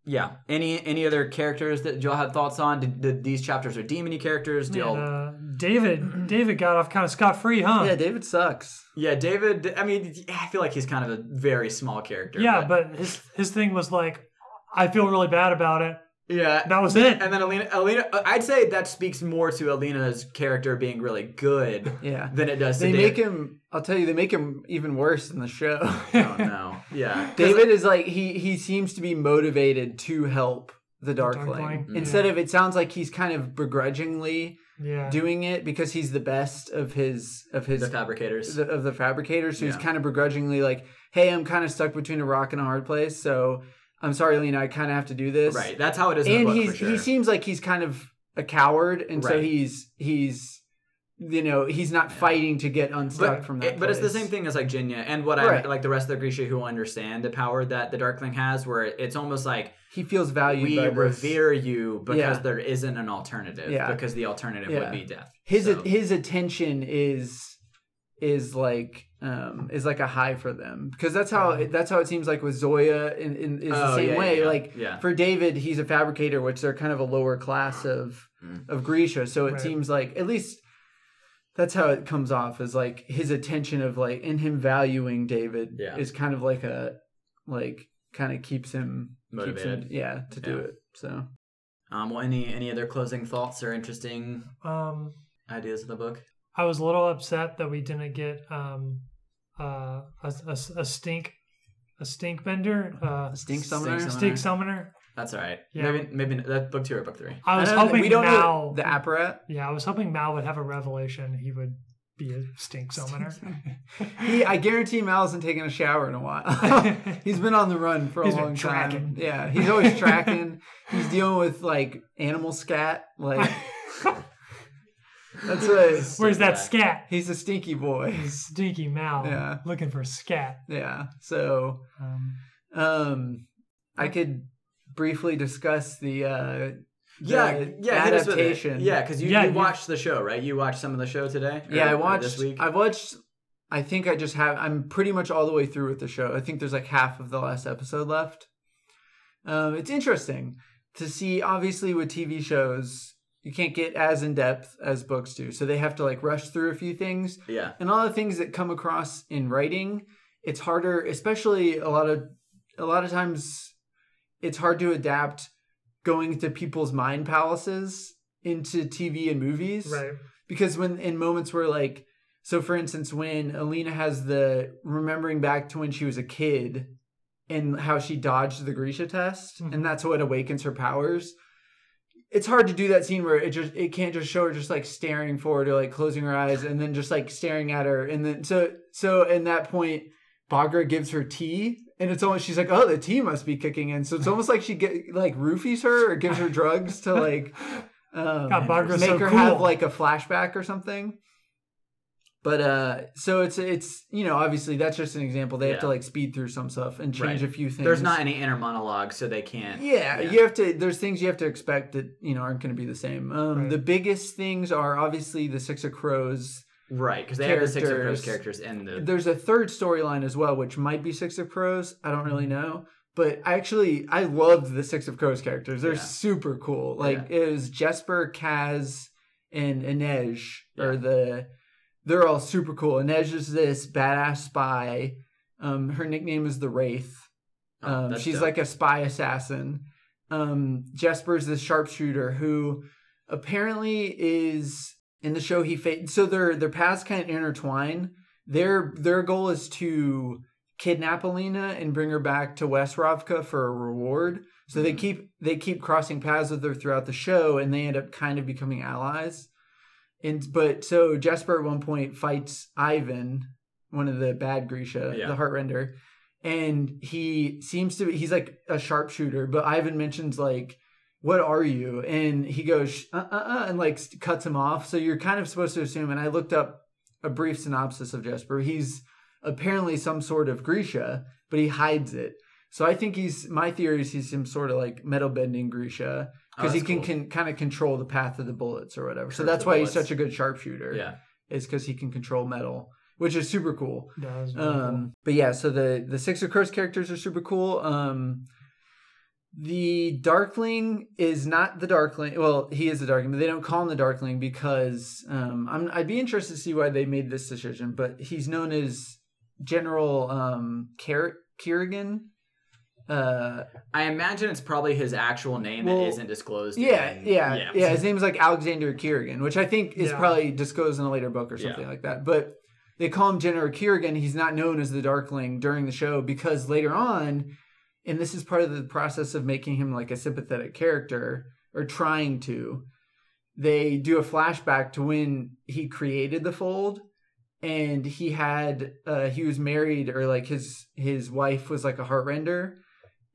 B: Yeah. Any any other characters that y'all had thoughts on? Did, did these chapters are demony characters? Do
A: Man,
B: y'all-
A: uh, David, David got off kind of scot free, huh?
C: Yeah, David sucks.
B: yeah, David. I mean, I feel like he's kind of a very small character.
A: Yeah, but his his thing was like, I feel really bad about it.
B: yeah.
A: That was it.
B: And then Alina, Alina, uh, I'd say that speaks more to Alina's character being really good
C: Yeah,
B: than it does to
C: they make
B: David.
C: him. I'll tell you, they make him even worse in the show.
B: oh no. Yeah.
C: David is like he he seems to be motivated to help the Darkling.
B: Mm-hmm.
A: Darkling,
C: Instead of it sounds like he's kind of begrudgingly
A: Yeah.
C: doing it because he's the best of his of his
B: The fabricators.
C: the, of the fabricators. So
B: Yeah.
C: he's kind of begrudgingly like, "Hey, I'm kind of stuck between a rock and a hard place. So I'm sorry, Lena. I kind of have to do this."
B: right. That's how it is. in
C: And
B: the book,
C: he's
B: for sure.
C: he seems like he's kind of a coward, and so
B: Right.
C: he's he's you know he's not fighting to get unstuck
B: but,
C: from that.
B: it- but it's the
C: place.
B: same thing as like Jinya and what I
C: Right.
B: like the rest of the Grisha who understand the power that the Darkling has, where it's almost like
C: He feels valued.
B: we
C: by this.
B: revere you because
C: Yeah.
B: there isn't an alternative
C: Yeah.
B: because the alternative would
C: Yeah.
B: be death
C: his
B: So-
C: his attention is is like um is like a high for them because that's how that's how it seems like with Zoya in, in is the
B: Oh,
C: same
B: yeah,
C: way
B: yeah, yeah.
C: like
B: Yeah.
C: for David he's a fabricator which they're kind of a lower class of
B: Mm.
C: of Grisha so it
A: Right.
C: seems like at least that's how it comes off is like his attention of like and him valuing David
B: Yeah.
C: is kind of like a like kind of keeps him
B: motivated
C: keeps him, yeah to do
B: Yeah.
C: it so
B: um well any any other closing thoughts or interesting
A: Um,
B: ideas of the book
A: I was a little upset that we didn't get um, uh, a, a, a stink, a stink bender, uh,
C: stink
B: Stink
C: summoner
B: summoner.
A: stink summoner.
B: that's all right
A: Yeah.
B: maybe maybe that book two or book three
A: I was
C: I don't know,
A: hoping
C: we don't
A: Mal.
C: know the apparat
A: yeah, I was hoping Mal would have a revelation. He would be a stink summoner.
C: He, I guarantee Mal hasn't taken a shower in a while. he's been on the run for a
A: He's been
C: long time.
A: tracking.
C: Yeah, he's always tracking. He's dealing with like animal scat. Like that's what
A: Where's that
B: Stink
A: scat?
C: he's a stinky boy.
A: Stinky Mal.
C: Yeah.
A: Looking for scat.
C: Yeah. So,
A: Um,
C: um, I could briefly discuss the uh,
B: yeah
C: the
B: yeah hit us with it.
C: adaptation.
B: yeah because you,
A: Yeah,
B: you
A: you-
B: watched the show right you watched some of the show today Or-
C: yeah. I
B: or
C: watched.
B: this week
C: I watched. I think I just have. I'm pretty much all the way through with the show. I think there's like half of the last episode left. Um, it's interesting to see. Obviously, with TV shows, you can't get as in depth as books do, so they have to like rush through a few things.
B: yeah
C: And all the things that come across in writing, it's harder. Especially a lot of a lot of times, it's hard to adapt going to people's mind palaces into TV and movies
A: right.
C: because when in moments where like so for instance when Alina has the remembering back to when she was a kid and how she dodged the Grisha test
A: Mhm.
C: and that's what awakens her powers it's hard to do that scene where it just it can't just show her just like staring forward or like closing her eyes and then just like staring at her and then so so in that point Bagra gives her tea and it's almost she's like oh the tea must be kicking in so it's almost like she get like roofies her or gives her drugs to like um,
A: God, Bagra's
C: make
A: so
C: her
A: cool.
C: have like a flashback or something. But uh, so it's it's you know obviously that's just an example. They have to
B: Yeah.
C: like speed through some stuff and change
B: Right.
C: a few things.
B: there's not any inner monologue so they can't
C: Yeah,
B: yeah.
C: you have to. There's things you have to expect that you know aren't going to be the same. Um,
A: Right.
C: The biggest things are obviously the Six of Crows
B: Right, because they have the Six of Crows
C: Characters.
B: characters in the.
C: There's a third storyline as well, which might be Six of Crows. I don't really
B: Mm-hmm.
C: know. But I actually, I loved the Six of Crows characters. They're
B: Yeah.
C: super cool. Like it was Jesper, Kaz, and Inej are
B: Yeah.
C: the. They're all super cool. Inej is this badass spy. Um, her nickname is the Wraith.
B: Oh,
C: Um,
B: that's
C: she's
B: dope.
C: like a spy assassin. Um, Jesper's this sharpshooter who apparently is in the show. He fa- so their their paths kind of intertwine. Their their goal is to kidnap Alina and bring her back to West Ravka for a reward. So they
B: Mhm.
C: keep they keep crossing paths with her throughout the show, and they end up kind of becoming allies. And but so Jesper at one point fights Ivan, one of the bad Grisha,
B: Yeah.
C: the Heartrender, and he seems to be he's like a sharpshooter. But Ivan mentions like, "What are you?" And he goes, "Uh, uh, uh," and like cuts him off. So you're kind of supposed to assume. And I looked up a brief synopsis of Jesper. He's apparently some sort of Grisha, but he hides it. So I think he's my theory is he's some sort of like metal bending Grisha
B: Oh,
C: because he
B: that's
C: can,
B: cool.
C: can kind of control the path of the bullets or whatever. so
B: Curves
C: that's
B: the
C: why he's
B: bullets.
C: such a good sharpshooter.
B: Yeah.
C: is because he can control metal, which is super cool.
A: No, that was really cool.
C: Um, but yeah, so the the Six of Crows characters are super cool. Um, the Darkling is not the Darkling. Well, he is the Darkling, but they don't call him the Darkling because um, I'm, I'd be interested to see why they made this decision. But he's known as General um, Ker- Kerrigan. Uh,
B: I imagine it's probably his actual name
C: Well,
B: that isn't disclosed.
C: yeah,
B: in-
C: yeah, yeah, His name's like Alexander Kerrigan, which I think is
A: Yeah.
C: probably disclosed in a later book or something like that. But they call him General Kerrigan. He's not known as the Darkling during the show because later on, and this is part of the process of making him like a sympathetic character or trying to, they do a flashback to when he created the fold and he had uh he was married or like his his wife was like a heartrender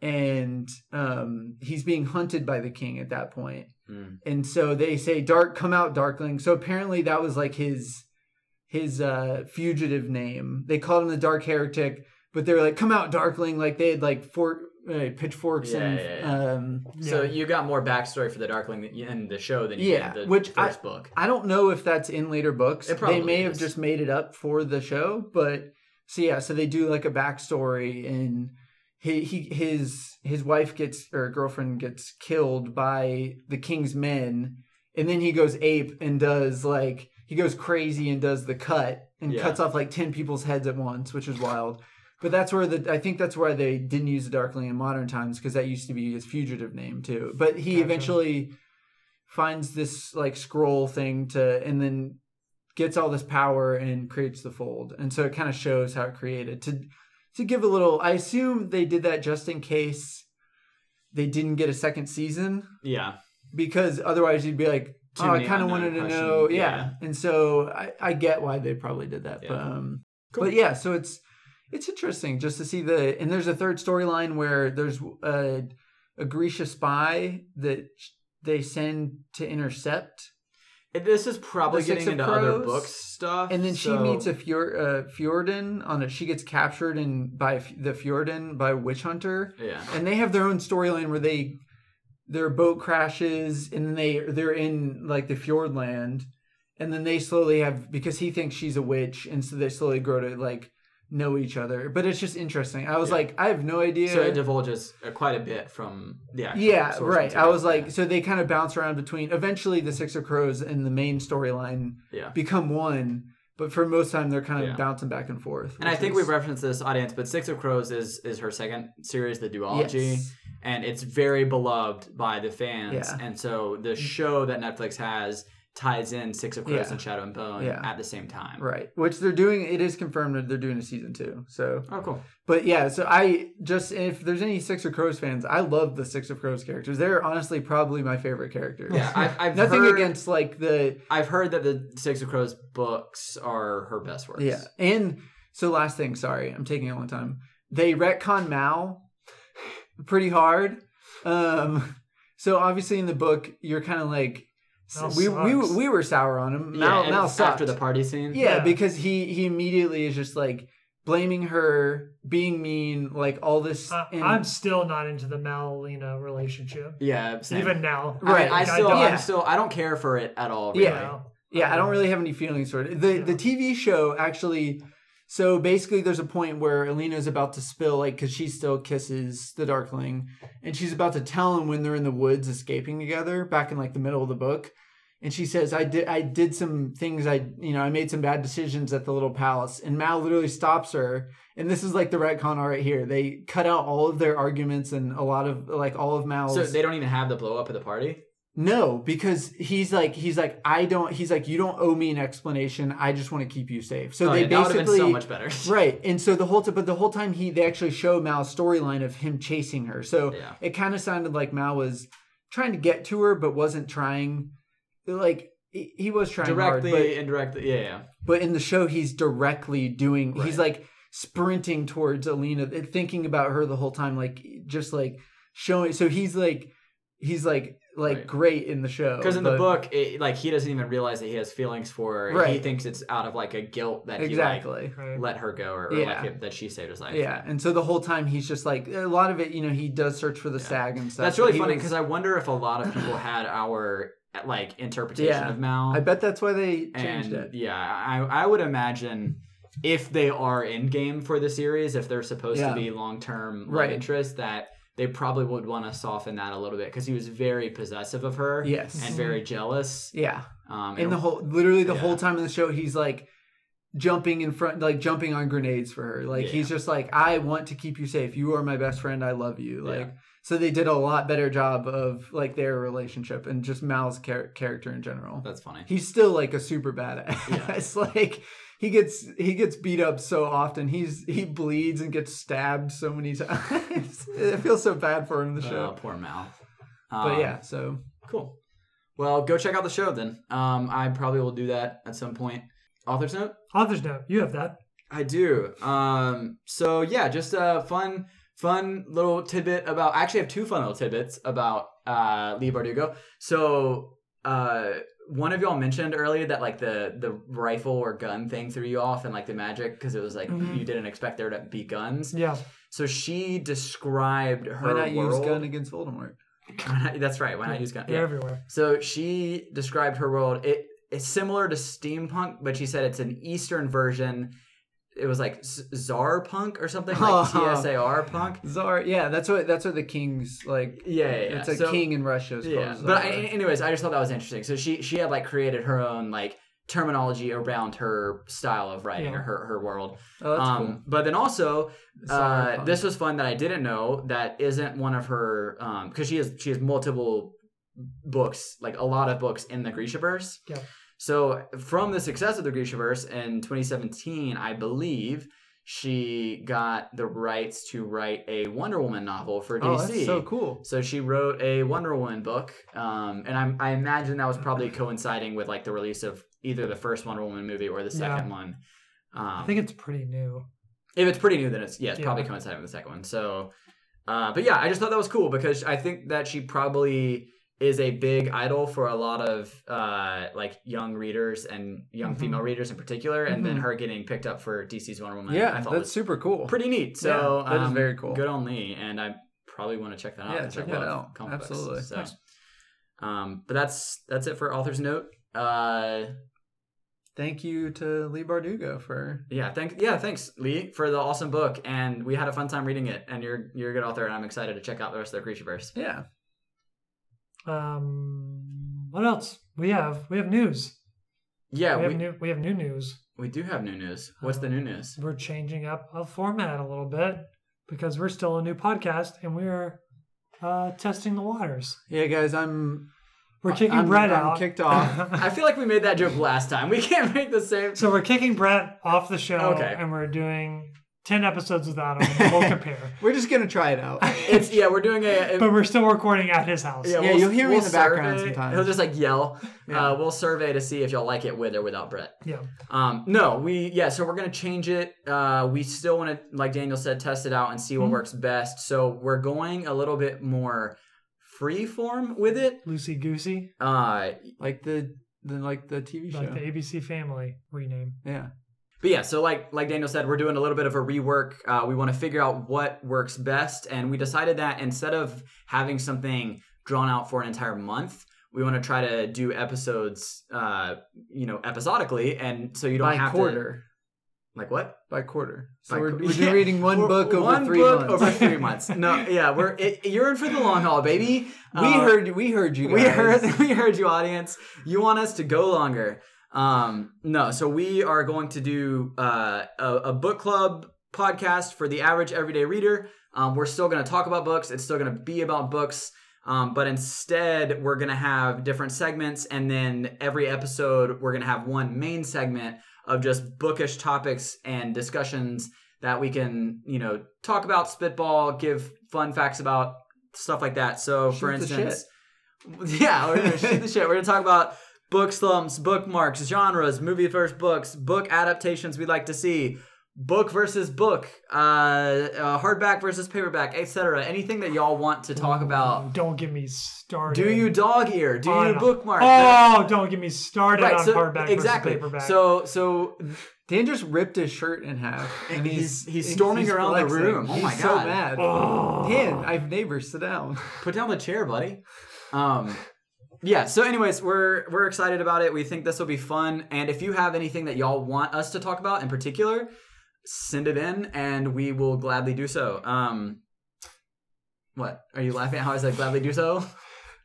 C: and um he's being hunted by the king at that point
B: Mm.
C: and so they say dark come out darkling so apparently that was like his his uh fugitive name they called him the dark heretic but they were like come out darkling like they had like fork uh, pitchforks
B: Yeah,
C: and
B: yeah, yeah.
C: um
B: So
A: Yeah.
B: you got more backstory for the Darkling th- in the show than you
C: Yeah,
B: did in the
C: which I-
B: first book.
C: I don't know if that's in later books.
B: It
C: They
B: probably
C: may have
B: is.
C: just made it up for the show, but so yeah, so they do like a backstory and he, he his his wife gets or girlfriend gets killed by the king's men and then he goes ape and does like he goes crazy and does the cut and
B: Yeah.
C: cuts off like 10 people's heads at once, which is wild. But that's where the I think that's why they didn't use the Darkling in modern times because that used to be his fugitive name too. But he
A: Gotcha.
C: eventually finds this like scroll thing to and then gets all this power and creates the fold. And so it kind of shows how it created to to give a little I assume they did that just in case they didn't get a second season
B: Yeah.
C: because otherwise you'd be like
B: Too
C: oh, I
B: many
C: kind of
B: unknown
C: wanted to
B: questions.
C: know yeah.
B: Yeah.
C: And so I I get why they probably did that.
B: Yeah.
C: But um
B: Cool.
C: but yeah, so it's it's interesting just to see the and there's a third storyline where there's a a Grisha spy that they send to intercept,
B: This is probably
C: The Six
B: getting
C: of
B: into other
C: Crows,
B: book stuff.
C: and then
B: so-
C: she meets a Fjord, uh, Fjordan on a she gets captured and by F- the Fjordan by witch hunter,
B: Yeah.
C: and they have their own storyline where they their boat crashes and then they they're in like the fjordland and then they slowly have because he thinks she's a witch and so they slowly grow to like know each other but it's just interesting i was
B: Yeah.
C: like i have no idea
B: So it divulges uh, quite a bit from the actual
C: yeah
B: source
C: right i
B: material.
C: was like
B: Yeah.
C: so they kind of bounce around between eventually the six of crows and the main storyline
B: Yeah.
C: become one but for most time they're kind of
B: Yeah.
C: bouncing back and forth
B: And I
C: which
B: think
C: is-
B: we've referenced this audience, but Six of Crows is is her second series, the duology,
C: Yes.
B: and it's very beloved by the fans.
C: Yeah. Mm.
B: And so the show that Netflix has ties in Six of Crows
C: Yeah.
B: and Shadow and Bone
C: Yeah.
B: at the same time.
C: right which they're doing it is confirmed that they're doing a season two so
B: Oh, cool.
C: But yeah, so I just if there's any Six of Crows fans, I love the Six of Crows characters. They're honestly probably my favorite characters.
B: Yeah, I've, I've
C: nothing
B: heard,
C: against like the
B: I've heard that the Six of Crows books are her best works.
C: yeah. And so last thing, sorry, I'm taking a long time. They retcon Mal pretty hard. Um, so obviously in the book, you're kind of like
A: Mal
C: we, we
A: sucks.
C: we were sour on him.
B: Yeah,
C: Mal
B: and
C: Mal
B: it's
C: sucked.
B: after the party scene.
C: Yeah,
A: Yeah.
C: because he he immediately is just like blaming her, being mean, like all this.
B: Uh,
A: I,
C: and-
A: I'm still not into the Malina relationship,
B: yeah. Same.
A: even now.
B: I mean,
C: Right.
B: I,
A: Like,
B: still,
A: don't-
C: Yeah.
B: I'm still, I don't care for it at all.
C: Yeah.
B: really.
A: you know.
C: Yeah, I don't really have any feelings for it. The
A: Yeah.
C: the TV show actually so basically there's a point where Alina's about to spill like cuz she still kisses the darkling and she's about to tell him when they're in the woods escaping together back in like the middle of the book and she says I did I did some things I you know I made some bad decisions at the little palace and Mal literally stops her and this is like the retcon all right here. They cut out all of their arguments and a lot of like all of Mal's
B: So they don't even have the blow up at the party.
C: no, because he's like he's like I don't he's like you don't owe me an explanation. I just want to keep you safe. So
B: Oh,
C: they
B: yeah, that would have been
C: basically
B: so much better.
C: right. And so the whole time, but the whole time he they actually show Mal's storyline of him chasing her. So
B: Yeah.
C: it kind of sounded like Mal was trying to get to her, but wasn't trying. Like he he was trying
B: Directly,
C: hard, but
B: indirectly. Yeah, yeah.
C: but in the show, he's directly doing. He's like sprinting towards Alina, thinking about her the whole time, like just like showing. So he's like, he's like, like
B: Right.
C: great in the show.
B: Because in the
C: Oh,
B: book,
C: but-
B: it, like he doesn't even realize that he has feelings for her. He
C: Right.
B: thinks it's out of like a guilt that
C: exactly.
B: he like let her go or, or
C: Yeah.
B: like that she saved his life.
C: Yeah, and so the whole time he's just like a lot of it. You know, he does search for the stag and stuff.
B: That's
C: but
B: really
C: he
B: funny
C: was-
B: because I wonder if a lot of people had our like interpretation
C: Yeah.
B: of Mal.
C: I bet that's why they changed
B: and
C: it.
B: yeah, I I would imagine if they are in game for the series, if they're supposed
C: Yeah.
B: to be long term
C: Right.
B: interest, that they probably would want to soften that a little bit because he was very possessive of her
C: Yes.
B: and very jealous.
C: Yeah,
B: Um,
C: and
B: and
C: the whole literally the whole
B: Yeah.
C: time in the show he's like jumping in front like jumping on grenades for her like
B: Yeah.
C: he's just like i want to keep you safe you are my best friend i love you
B: Yeah.
C: like so they did a lot better job of like their relationship and just mal's char- character in general
B: that's funny.
C: he's still like a super badass like he gets he gets beat up so often he's he bleeds and gets stabbed so many times it feels so bad for him in the
B: Oh,
C: show
B: poor Mal.
C: but
B: Um,
C: yeah so
B: cool. Well, go check out the show then. Um, I probably will do that at some point. Author's note.
A: Author's note. You have that.
B: I do. Um, so yeah, just a fun, fun little tidbit about. I actually have two fun little tidbits about uh, Lee Bardugo. So uh, one of y'all mentioned earlier that like the the rifle or gun thing threw you off, and like the magic because it was like
A: Mhm.
C: Mm-hmm.
B: you didn't expect there to be guns.
A: Yeah.
B: So she described her
C: why not use
B: world.
C: gun against voldemort
B: Why not- that's right. Why not use gun?
A: They're everywhere.
B: So she described her world. It it's similar to steampunk, but she said it's an Eastern version. It was like s- czar punk or something, like
C: Oh.
B: TSAR punk.
C: Czar, yeah, that's what that's what the kings like.
B: Yeah, yeah, yeah.
C: It's a
B: So-
C: king in Russia. Is
B: Yeah,
C: called
B: but
C: Czar.
B: I, anyways, I just thought that was interesting. So she she had like created her own like terminology around her style of writing
A: Yeah.
B: or her her world.
C: oh, that's
B: um, But then also
C: cool. Czar
B: uh,
C: punk.
B: this was fun that I didn't know that isn't one of her um because she has she has multiple books like a lot of books in the Grishaverse.
A: Yeah.
B: So from the success of the Grishaverse in 2017, I believe she got the rights to write a Wonder Woman novel for
C: oh,
B: DC.
C: that's so cool.
B: So she wrote a Wonder Woman book, um, and I'm, I imagine that was probably coinciding with like the release of either the first Wonder Woman movie or the
A: Yeah.
B: second one. Um,
A: I think it's pretty new.
B: if it's pretty new, then it's yeah, it's
A: Yeah.
B: probably coinciding with the second one. So, uh, but yeah, I just thought that was cool because I think that she probably is a big idol for a lot of uh, like young readers and young
C: Mm-hmm.
A: Mhm.
B: female readers in particular, and then
C: Mhm.
B: her getting picked up for DC's Wonder Woman.
C: Yeah,
B: I thought
C: that's
B: was
C: super cool.
B: pretty neat. So
C: Yeah, that is
B: um,
C: very cool.
B: Good on Lee, and I probably want to check that out.
C: Yeah,
B: because I
C: check that
B: love
C: out.
B: comic books.
C: Absolutely.
B: So,
C: Nice.
B: um, but that's that's it for author's note. Uh,
C: Thank you to Lee Bardugo for.
B: Yeah, thanks. Yeah, thanks, Lee, for the awesome book, and we had a fun time reading it. And you're you're a good author, and I'm excited to check out the rest of the Creatureverse.
C: Yeah,
A: Um, what else? We have we have news.
B: Yeah,
A: we
B: we,
A: have new we have new news.
B: we do have new news. What's the new news?
A: We're changing up a format a little bit because we're still a new podcast and we're uh, testing the waters.
C: yeah, guys, I'm
A: We're kicking
C: I'm-
A: Brett
C: I'm
A: out.
C: kicked off.
B: I feel like we made that joke last time. We can't make the same.
A: so we're kicking Brett off the show,
B: Okay.
A: and we're doing ten episodes without him. We'll compare,
C: We're just gonna try it out.
B: It's yeah, we're doing a.
A: but we're still recording at his house.
C: Yeah, you'll hear me in the background
B: survey-
C: sometimes.
B: He'll just like yell.
C: Yeah.
B: Uh, we'll survey to see if y'all like it with or without Brett.
A: yeah.
B: Um, no, we yeah, so we're gonna change it. Uh, we still want to, like Daniel said, test it out and see what
C: Mm-hmm.
A: Mhm.
B: works best. So we're going a little bit more free form with it.
A: Lucy Goosey,
B: Uh,
C: like the the like the TV show.
A: like the ABC Family rename.
C: yeah,
B: but yeah, so like like Daniel said, we're doing a little bit of a rework. Uh, we want to figure out what works best, and we decided that instead of having something drawn out for an entire month. we want to try to do episodes, uh, you know, episodically, and so you don't
C: by
B: have to
C: quarter.
B: like what.
C: By quarter. So
B: By
C: we're,
B: qu-
C: we're
B: Yeah.
C: reading one
B: We're-
C: book over
B: one
C: three
B: book
C: months.
B: over three months. No, yeah, we're it, you're in for the long haul, baby.
C: we
B: Uh,
C: heard we heard you guys.
B: we heard we heard you, audience. You want us to go longer? Um, no. So we are going to do uh, a, a book club podcast for the average everyday reader. Um, we're still going to talk about books. It's still going to be about books. Um, but instead, we're going to have different segments, and then every episode, we're going to have one main segment of just bookish topics and discussions that we can, you know, talk about, spitball, give fun facts about stuff like that. So,
C: Shoot
B: for
C: the shit.
B: instance, yeah, we're gonna shoot the shit. We're gonna talk about book slumps, bookmarks, genres, movie first books, book adaptations we'd like to see, book versus book, uh, uh hardback versus paperback, etc. Anything that y'all want to talk about.
A: Don't get me started.
B: Do you dog ear? Do you
A: on-
B: bookmark?
A: Oh, don't get me started
B: right,
A: on
B: so
A: hardback
B: exactly.
A: versus paperback.
B: So, so
C: Dan just ripped his shirt in half, and
B: He's- he's storming around the
C: flexing.
B: room. Oh
C: he's
B: my
C: so
B: God.
C: mad.
A: oh,
C: Dan, I've neighbors. Sit down.
B: put down the chair, buddy. Um, yeah. So, anyways, we're we're excited about it. We think this will be fun. And if you have anything that y'all want us to talk about in particular, send it in, and we will gladly do so. Um, what are you laughing at? How I said gladly do so?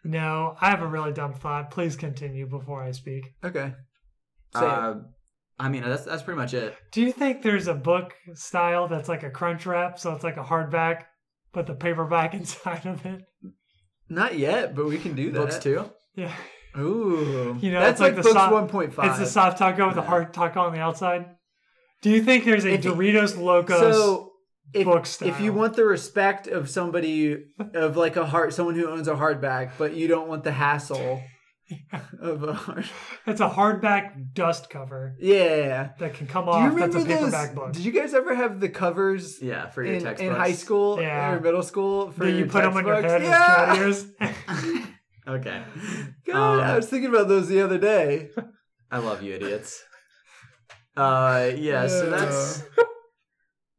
A: no, I have a really dumb thought. Please continue before I speak.
C: Okay. Say it.
B: Uh, I mean, that's that's pretty much it.
A: Do you think there's a book style that's like a crunch wrap, so it's like a hardback, but the paperback inside of it?
C: Not yet, but we can do that.
B: Books too.
A: Yeah,
C: Ooh,
A: You know,
C: that's
A: it's like the
C: books
A: soft-
C: one point five.
A: it's the soft taco with the hard taco on the outside. Do you think there's a
C: If-
A: Doritos Locos?
C: so if,
A: book
C: if you
A: style.
C: want the respect of somebody of like a heart, someone who owns a hardback, but you don't want the hassle of a hard.
A: it's a hardback dust cover
C: Yeah.
A: that can come
C: Do you
A: off. That's a
C: remember
A: paperback
C: those?
A: book.
C: Did you guys ever have the covers
B: Yeah, for your
C: in,
B: textbooks
C: in high school
A: Yeah.
C: or middle school for
A: Then you
C: your
A: put them on your Oh,
C: textbooks?
A: head
C: Yeah.
A: as cat ears.
B: Okay.
C: God,
B: Um,
C: I was thinking about those the other day.
B: I love you, idiots. Uh, yeah. So that's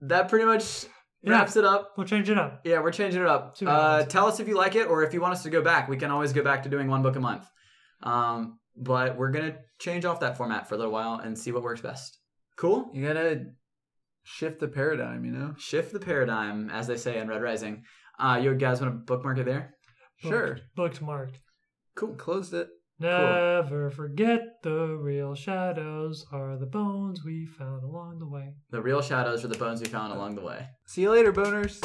B: that. Pretty much
A: Yeah.
B: wraps it up.
A: we'll change it up.
B: Yeah, we're changing it up.
A: See what
B: Uh,
A: happens.
B: tell us if you like it or if you want us to go back. We can always go back to doing one book a month. Um, but we're going to change off that format for a little while and see what works best. Cool?
C: You gotta shift the paradigm, you know?
B: Shift the paradigm, as they say in Red Rising. Uh, you guys want to bookmark it there?
C: Sure.
A: Booked marked.
C: Cool. Closed it.
A: Never forget the real shadows are the bones we found along the way.
B: The real shadows are the bones we found along the way.
C: See you later, boners.